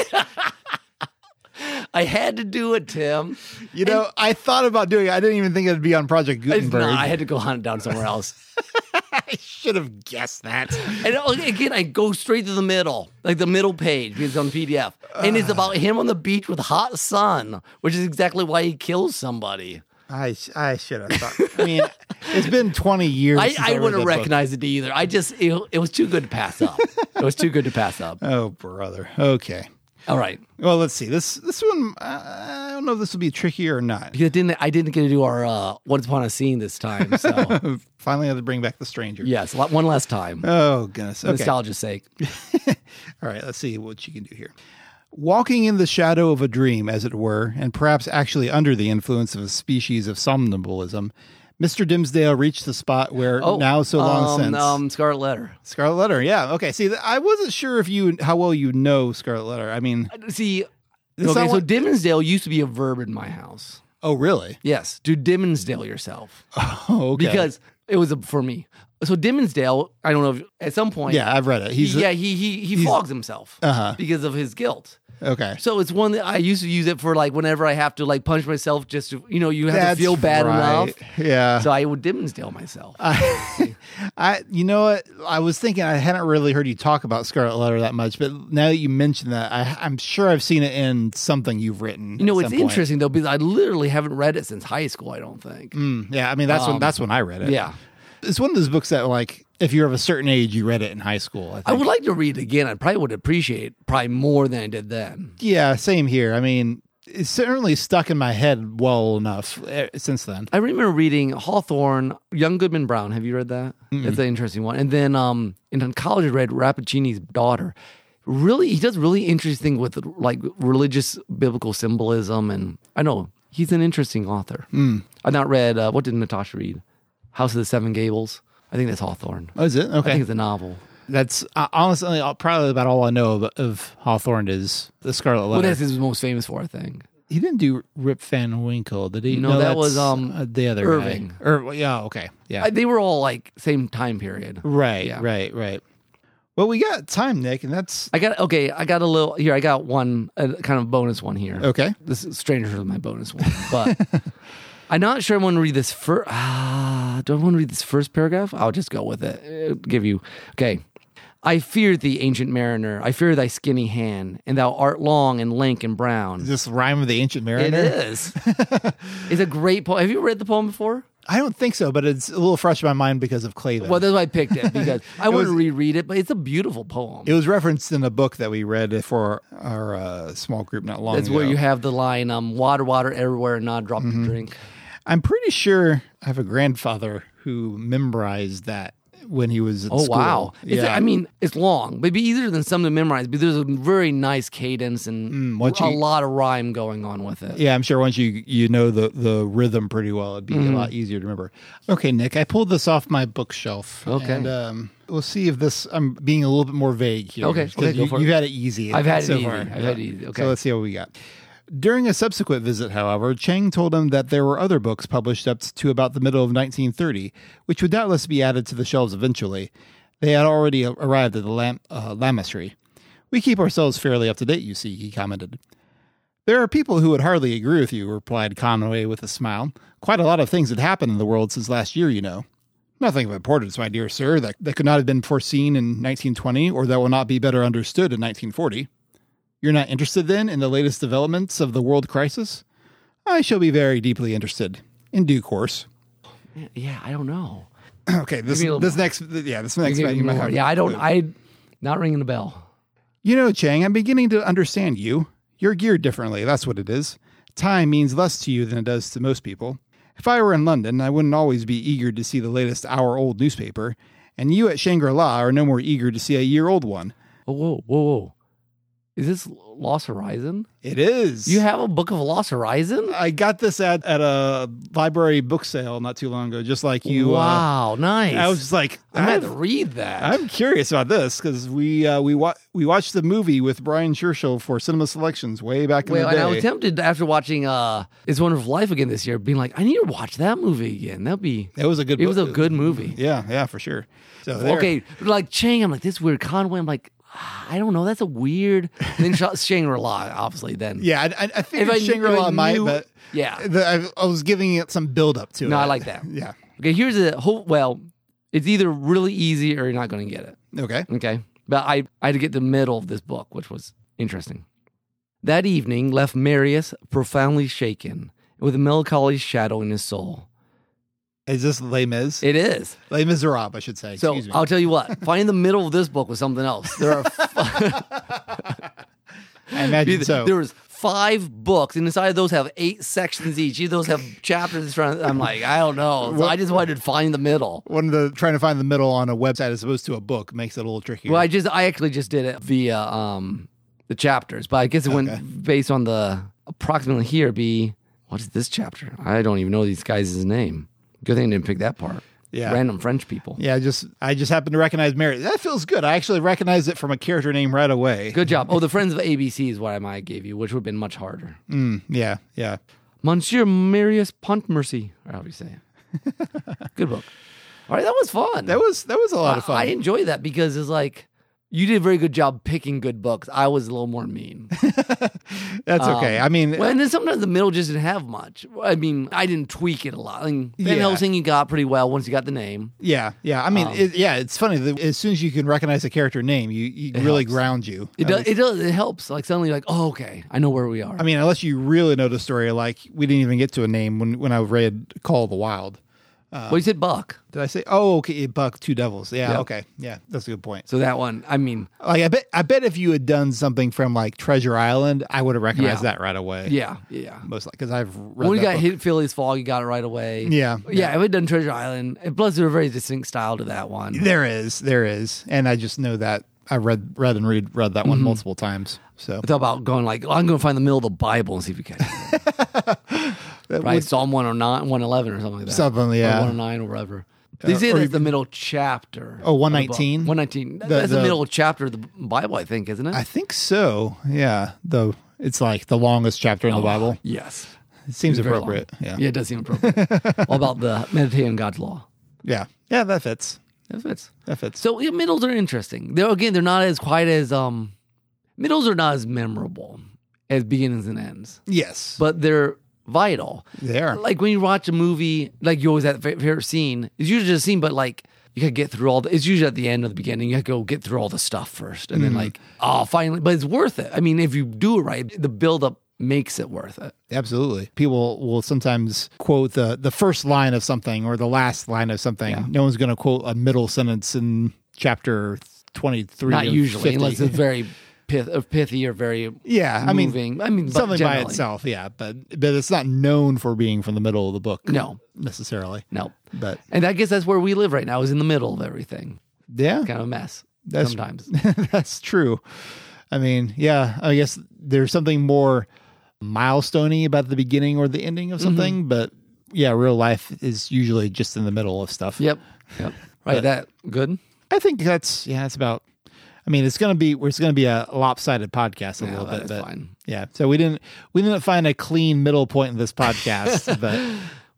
I had to do it, Tim.
You know, I thought about doing it. I didn't even think it'd be on Project
It's
Gutenberg.
not, I had to go hunt it down somewhere else.
I should have guessed that.
And uh, again, I go straight to the middle, like the middle page, because it's on PDF. And it's about him on the beach with hot sun, which is exactly why he kills somebody.
I sh- I should have thought. I mean, it's been 20 years.
I,
since
I
read
wouldn't
that book.
recognize it either. I just, it, it was too good to pass up. it was too good to pass up.
Oh, brother. Okay.
All right.
Well, let's see. This this one, uh, I don't know if this will be tricky or not.
Because I didn't, I didn't get to do our uh, Once Upon a Scene this time. So,
Finally, I have to bring back the stranger.
yes, la- one last time.
Oh, goodness.
For
Okay.
nostalgia's sake.
All right, let's see what you can do here. Walking in the shadow of a dream, as it were, and perhaps actually under the influence of a species of somnambulism, Mr. Dimsdale reached the spot where now so long
um,
since.
Um, Scarlet Letter.
Scarlet Letter, yeah. Okay, see, th- I wasn't sure if you how well you know Scarlet Letter. I mean,
See,
It's
okay,
not
so
what-
Dimmonsdale used to be a verb in my house.
oh, really?
Yes, do Dimmonsdale yourself.
Oh, okay.
because it was a, for me. So Dimmonsdale, I don't know. If, at some point,
yeah, I've read it.
he,
He's
yeah, he he he flogs himself
Uh-huh.
because of his guilt.
okay.
So it's one that I used to use it for like whenever I have to like punch myself just to you know you have
That's
to feel bad
right. Uh-huh. Uh,
enough.
Yeah.
So I would Dimmonsdale myself.
I, you know what? I was thinking I hadn't really heard you talk about Scarlet Letter that much, but now that you mention that, I, I'm sure I've seen it in something you've written.
you know,
at
it's
some point.
interesting though because I literally haven't read it since high school. I don't think.
Mm, yeah, I mean that's when that's when I read it.
Um, Yeah,
it's one of those books that like if you're of a certain age, you read it in high school. I, think.
I would like to read it again. I probably would appreciate it probably more than I did then.
Yeah, same here. I mean, it's certainly stuck in my head well enough eh, since then.
I remember reading Hawthorne, Young Goodman Brown. Have you read that? That's an interesting one. And then um, in college, I read Rappaccini's Daughter. Really, he does really interesting with like religious biblical symbolism, and I know he's an interesting author.
Mm.
I not read uh, what did Natasha read? House of the Seven Gables. I think that's Hawthorne.
Oh, is it
I think
okay?
it's a novel.
That's uh, honestly uh, probably about all I know of, of Hawthorne is the Scarlet
Well,
Letter.
that's his most famous for, I think.
he didn't do Rip Van Winkle, did he?
No, that
that's,
was, um,
uh, the other guy.
Irving.
Or yeah, okay, yeah,
I, they were all like same time period.
right,
Yeah.
right, right. Well, we got time, Nick, and that's
I got okay. I got a little here. I got one a kind of bonus one here.
okay.
this is stranger than my bonus one, but I'm not sure I want to read this first. Ah, do I want to read this first paragraph? I'll just go with it. It'll give you okay. I fear thee, ancient mariner. I fear thy skinny hand, and thou art long and lank and brown.
This rhyme of the ancient
It
mariner.
is. it's a great poem. Have you read the poem before?
I don't think so, but it's a little fresh in my mind because of Clavin.
Well, that's why I picked it because I want to
was-
reread it. But it's a beautiful poem.
It was referenced in a book that we read for our uh, small group not long
that's
ago. Mm-hmm.
where you have the line um, "Water, water everywhere, not a drop to drink."
I'm pretty sure I have a grandfather who memorized that when he was at
Oh
school.
wow! It's,
yeah.
I mean, it's long, maybe easier than some to memorize, but there's a very nice cadence and
once
a
you-
lot of rhyme going on with it.
yeah, I'm sure once you you know the the rhythm pretty well, it'd be
Mm-hmm.
a lot easier to remember. Okay, Nick, I pulled this off my bookshelf.
Okay.
and, um, we'll see if this. I'm being a little bit more vague here.
Okay,
'cause
okay, go
you,
for it.
have had it easy.
I've had it
so
easy.
far.
I've had it easy. Okay.
So let's see what we got. During a subsequent visit, however, Chang told him that there were other books published up to about the middle of 1930, which would doubtless be added to the shelves eventually. They had already a- arrived at the lam- uh, Lamasery. We keep ourselves fairly up to date, you see, he commented. There are people who would hardly agree with you, replied Conway with a smile. Quite a lot of things had happened in the world since last year, you know. Nothing of importance, my dear sir, that, that could not have been foreseen in 1920 or that will not be better understood in 1940. You're not interested then in the latest developments of the world crisis? I shall be very deeply interested in due course.
Yeah, I don't know.
okay, this
me a little
this next yeah, this next
Give
one
me
you might
more.
have-
yeah, I don't. I not ringing the bell.
You know, Chang, I'm beginning to understand you. You're geared differently, that's what it is. Time means less to you than it does to most people. If I were in London, I wouldn't always be eager to see the latest hour old newspaper, and you at Shangri La are no more eager to see a year old one.
Oh, whoa, whoa, whoa! Is this Lost Horizon?
It is.
You have a book of Lost Horizon?
I got this at, at a library book sale not too long ago, just like you. Uh,
wow, nice.
I was just like,
I had to
I've-
read that.
I'm curious about this because we uh, we wa- we watched the movie with Brian Churchill for Cinema Selections way back in
well,
the day.
and I was tempted after watching uh, "It's a Wonderful Life" again this year, being like, I need to watch that movie again. That'd be
it was a good.
it was a
book.
good movie.
Yeah, yeah, for sure. So there.
Okay, like Chang, I'm like this weird Conway. I'm like, ah, I don't know, that's a weird. And then Sha- Shangri La, obviously. Then
Yeah, I, I- I think
I knew-
Shangri La
I
might,
knew-
but
yeah.
the, I, I was giving it some build up to it.
No, I like that.
Yeah.
Okay, here's a whole. Well, it's either really easy or you're not going to get it.
Okay.
Okay. But I, I had to get the middle of this book, which was interesting. That evening left Marius profoundly shaken, with a melancholy shadow in his soul.
Is this Les Mis?
It is.
Les Miserables, I should say.
So
Excuse me.
I'll tell you what, finding the middle of this book was something else. There are
I imagine so.
there was five books, and inside of those have eight sections each. Each of those have chapters in front. I'm like, I don't know. So I just wanted to find the middle.
One of the trying to find the middle on a website as opposed to a book makes it a little trickier.
Well, I just I actually just did it via um the chapters, but I guess it
Okay.
went based on the approximately here be what is this chapter? I don't even know these guys' name. Good thing I didn't pick that part.
Yeah.
Random French people.
yeah, just I just happened to recognize Mary. That feels good. I actually recognized it from a character name right away.
Good job. Oh, the friends of ABC is what I might gave you, which would have been much harder.
Mm. Yeah, yeah.
Monsieur Marius Pontmercy, or however you say it. Good book. All right, that was fun.
That was that was a lot of fun.
I, I enjoy that because it's like you did a very good job picking good books. I was a little more mean.
That's
um,
okay. I mean,
Well, and then sometimes the middle just didn't have much. I mean, I didn't tweak it a lot. I mean, Van
Yeah.
Helsing you got pretty well once you got the name.
yeah, yeah. I
um,
mean, it, yeah. It's funny. That as soon as you can recognize a character name, you, you really
helps.
ground you.
It
At
does.
least-
It does. It helps. Like suddenly, like oh, okay, I know where we are.
I mean, unless you really know the story, like we didn't even get to a name when, when I read Call of the Wild. Uh-huh.
well, you said Buck,
Did I say? Oh, okay, it Buck Two Devils. Yeah,
Yeah.
okay, yeah, that's a good point.
so that one. I mean,
Like, I bet, I bet if you had done something from like Treasure Island, I would have recognized
Yeah.
that right away.
yeah, yeah.
most because I've read
When we
that
got
book.
hit Philly's Fog, you got it right away.
Yeah,
yeah. I had done Treasure Island, and plus there's a very distinct style to that one.
There is, there is, and I just know that I read, read and read, read that
Mm-hmm.
one multiple times. So
It's about going like I'm going to find the middle of the Bible and see if we catch it.
that
right,
would-
Psalm 109, 111 or something like that.
Something, yeah.
Or 109 or whatever. They say that's the middle chapter.
Oh,
of the book.
119?
119. That-
The-
that's the,
the-
middle chapter of the Bible, I think, isn't it?
I think so. Yeah, though it's like the longest chapter in the Bible.
yes.
It seems
Oh, Very long.
appropriate. Yeah,
Yeah, it does seem appropriate. All about the meditating on God's law.
yeah, yeah. That fits.
That fits.
That fits.
So yeah, middles are interesting. They're again, they're not as quite as um middles are not as memorable as beginnings and ends.
yes,
But they're vital.
They are.
Like when you watch a movie, like you always have that fa- favorite scene. It's usually just a scene, but like you gotta get through all the. It's usually at the end or the beginning. You gotta go get through all the stuff first, and then
Mm-hmm.
like oh, finally. But it's worth it. I mean, if you do it right, the buildup makes it worth it.
Absolutely. People will sometimes quote the the first line of something or the last line of something. No one's going to quote a middle sentence in chapter 23.
Not
of
usually,
50.
unless it's very pith, or pithy or very
yeah, I mean,
moving. I mean, but
something by
generally.
itself, yeah, but but it's not known for being from the middle of the book
No,
necessarily.
no.
But
And I guess that's where we live right now is in the middle of everything.
yeah,
Kind of a mess
That's-
sometimes.
that's true. I mean, yeah, I guess there's something more milestoney about the beginning or the ending
Mm-hmm.
of something, but yeah, real life is usually just in the middle of stuff.
yep. Yep. Right. that good.
I think that's yeah, that's about. I mean, it's gonna be it's gonna be a lopsided podcast a
Yeah,
little
that
bit,
is
but
fine.
yeah. So we didn't we didn't find a clean middle point in this podcast, but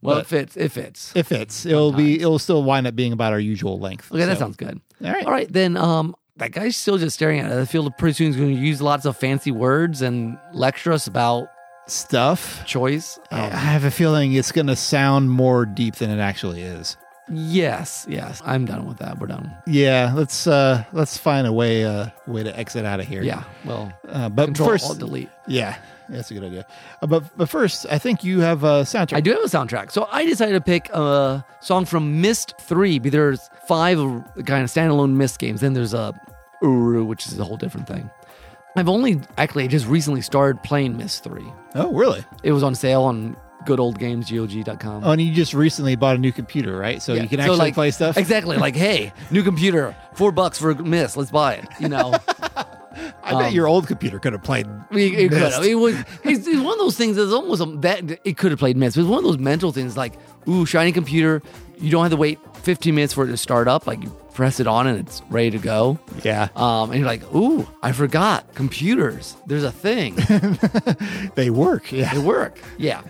Well, it
But-
fits. It fits.
if it's it'll be it'll still wind up being about our usual length.
Okay, that
So,
sounds good.
All right.
All right, then um that guy's still just staring at it. I feel pretty soon he's going to use lots of fancy words and lecture us about
stuff.
choice.
I I
Um,
Oh. have a feeling it's gonna sound more deep than it actually is.
Yes, yes. I'm done with that. We're done.
Yeah, let's uh let's find a way uh way to exit out of here.
Yeah. Well,
Uh, but
control
first,
alt delete.
yeah, that's a good idea. Uh, but but first, I think you have a soundtrack.
I do have a soundtrack. So I decided to pick a song from Mist 3. But There's five of the kind of standalone Mist games. Then there's a Uru, which is a whole different thing. I've only actually just recently started playing Mist 3.
oh, really?
It was on sale on good old games, GOG.com.
Oh, and you just recently bought a new computer, right? So
Yeah.
you can
So,
actually
like,
play stuff.
Exactly. Like, hey, new computer, four bucks for Mist. Let's buy it. You know,
I bet your old computer could have played.
um, We- it could have.
Mist.
It was. It's, it's one of those things that's almost a, that it could have played Mist. But it's one of those mental things like, ooh, shiny computer. You don't have to wait 15 minutes for it to start up. Like you press it on and it's ready to go.
Yeah,
Um, and you're like, ooh, I forgot computers. There's a thing.
they work.
They
Yeah,
work. Yeah.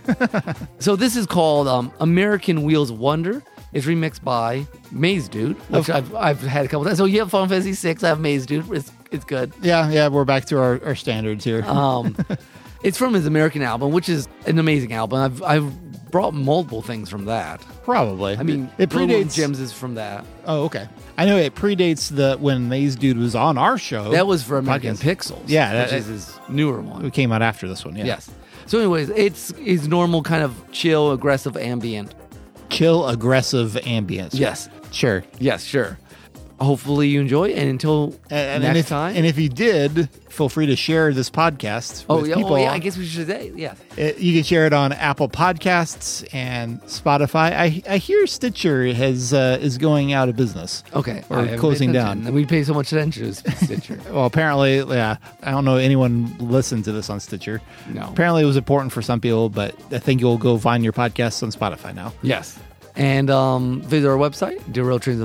so this is called um, American Wheels Wonder. It's remixed by Maze Dude, which I've, I've had a couple times. So you have Final Fantasy VI. I have Maze Dude. It's it's good.
yeah, yeah. We're back to our, our standards here.
Um, it's from his American album, which is an amazing album. I've I've brought multiple things from that.
Probably.
I mean,
it
Little Women
predates
Gems is from that.
Oh, okay. I know it predates the when Maze Dude was on our show.
That was for American
Podcast.
Pixels.
Oh, Yeah, that-
which is his newer one.
It came out after this one. Yeah.
Yes. So, anyways, it's his normal kind of chill, aggressive ambient.
Chill, aggressive ambience.
Yes.
Sure.
Yes. Sure. Hopefully you enjoy, and until
And, and
next
if,
time.
and if you did, feel free to share this podcast
oh,
with
yeah,
people.
oh yeah, I guess we should say yes.
It- Uh, you can share it on Apple Podcasts and Spotify. I I hear Stitcher has uh, is going out of business.
Okay, I
Or
haven't
closing
paid
down.
attention. We pay so much attention to Stitcher.
Well, apparently, yeah. I don't know anyone listened to this on Stitcher.
No.
Apparently, it was important for some people, but I think you'll go find your podcasts on Spotify now.
Yes. And um, visit our website,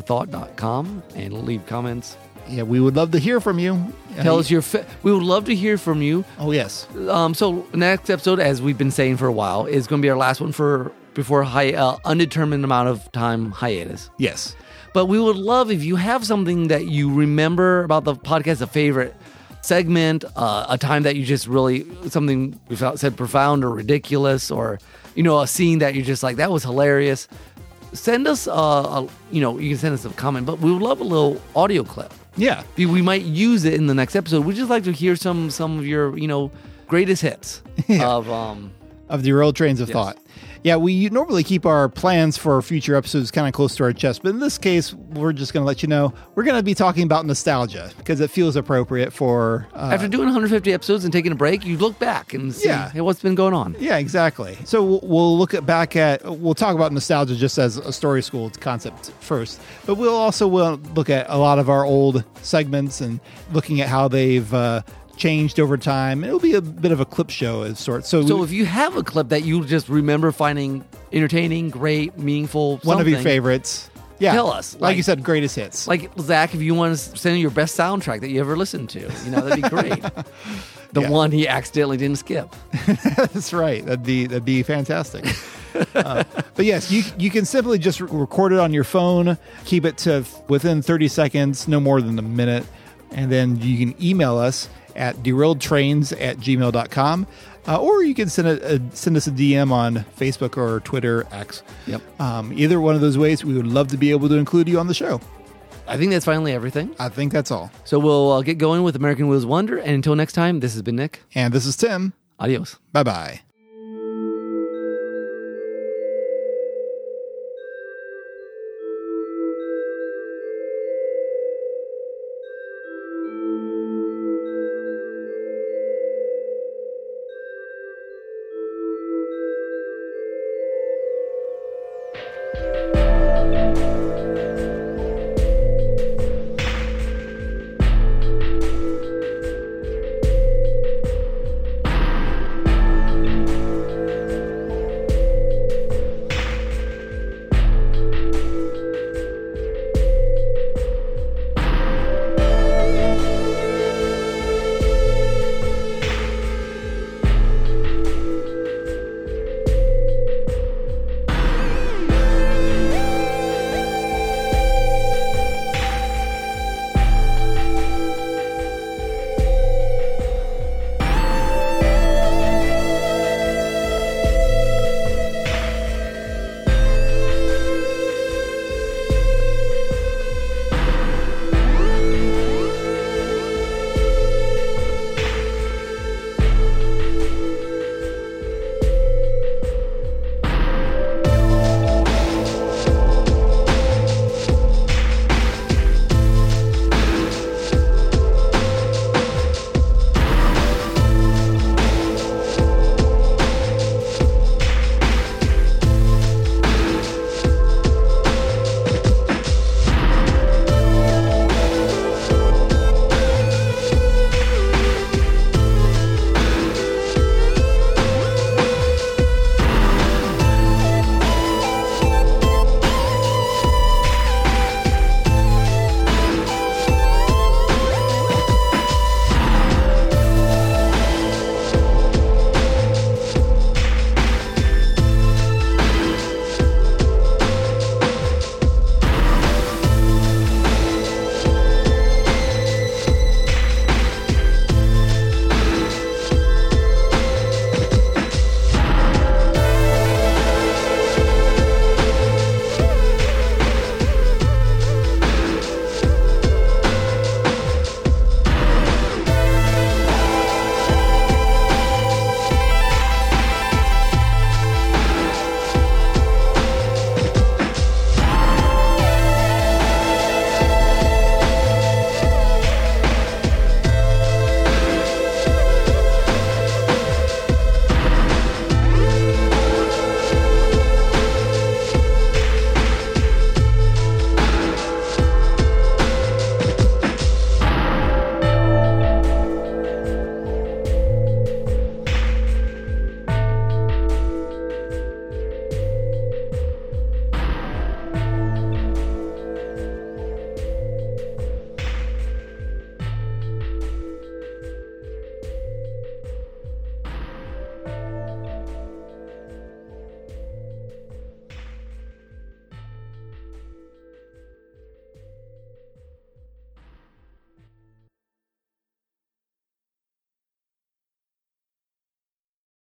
derailtrainsofthought.com, and leave comments.
Yeah, we would love to hear from you. Uh,
Tell us your. Fa- we would love to hear from you.
Oh yes.
Um, so next episode, as we've been saying for a while, is going to be our last one for before hi- uh, undetermined amount of time hiatus.
Yes.
But we would love if you have something that you remember about the podcast, a favorite segment, uh, a time that you just really something we felt said profound or ridiculous, or you know a scene that you're just like that was hilarious. Send us a, a you know you can send us a comment, but we would love a little audio clip.
Yeah.
We- We might use it in the next episode. We'd just like to hear some some of your you know greatest hits of um
Of the old trains of thought. Yeah, we normally keep our plans for future episodes kind of close to our chest, but in this case, we're just going to let you know we're going to be talking about nostalgia because it feels appropriate for. Uh,
after doing 150 episodes and taking a break, you look back and see
Yeah.
hey, what's been going on.
yeah, exactly. So we'll, we'll look at back at we'll talk about nostalgia just as a story school concept first, but we'll also will look at a lot of our old segments and looking at how they've uh, changed over time. It'll be a bit of a clip show of sorts. So,
So
we-
if you have a clip that you just remember finding entertaining, great, meaningful,
one of your
something,
favorites. Yeah,
Tell us,
Like,
like-
you said, greatest hits.
Like Zach, if you want to send your best soundtrack that you ever listened to, you know that'd be great. the
Yeah.
one he accidentally didn't skip.
That's right. That'd be that'd be fantastic. Uh, but yes, you you can simply just re- record it on your phone, keep it to f- within thirty seconds, no more than a minute, and then you can email us at derailedtrains at gmail.com. Uh, or you can send a, a send us a DM on Facebook or Twitter X.
Yep.
Um, either one of those ways, we would love to be able to include you on the show.
I think that's finally everything.
I think that's all.
So we'll uh, get going with American Wheels Wonder. And until next time, this has been Nick.
And this is Tim.
Adios.
Bye bye.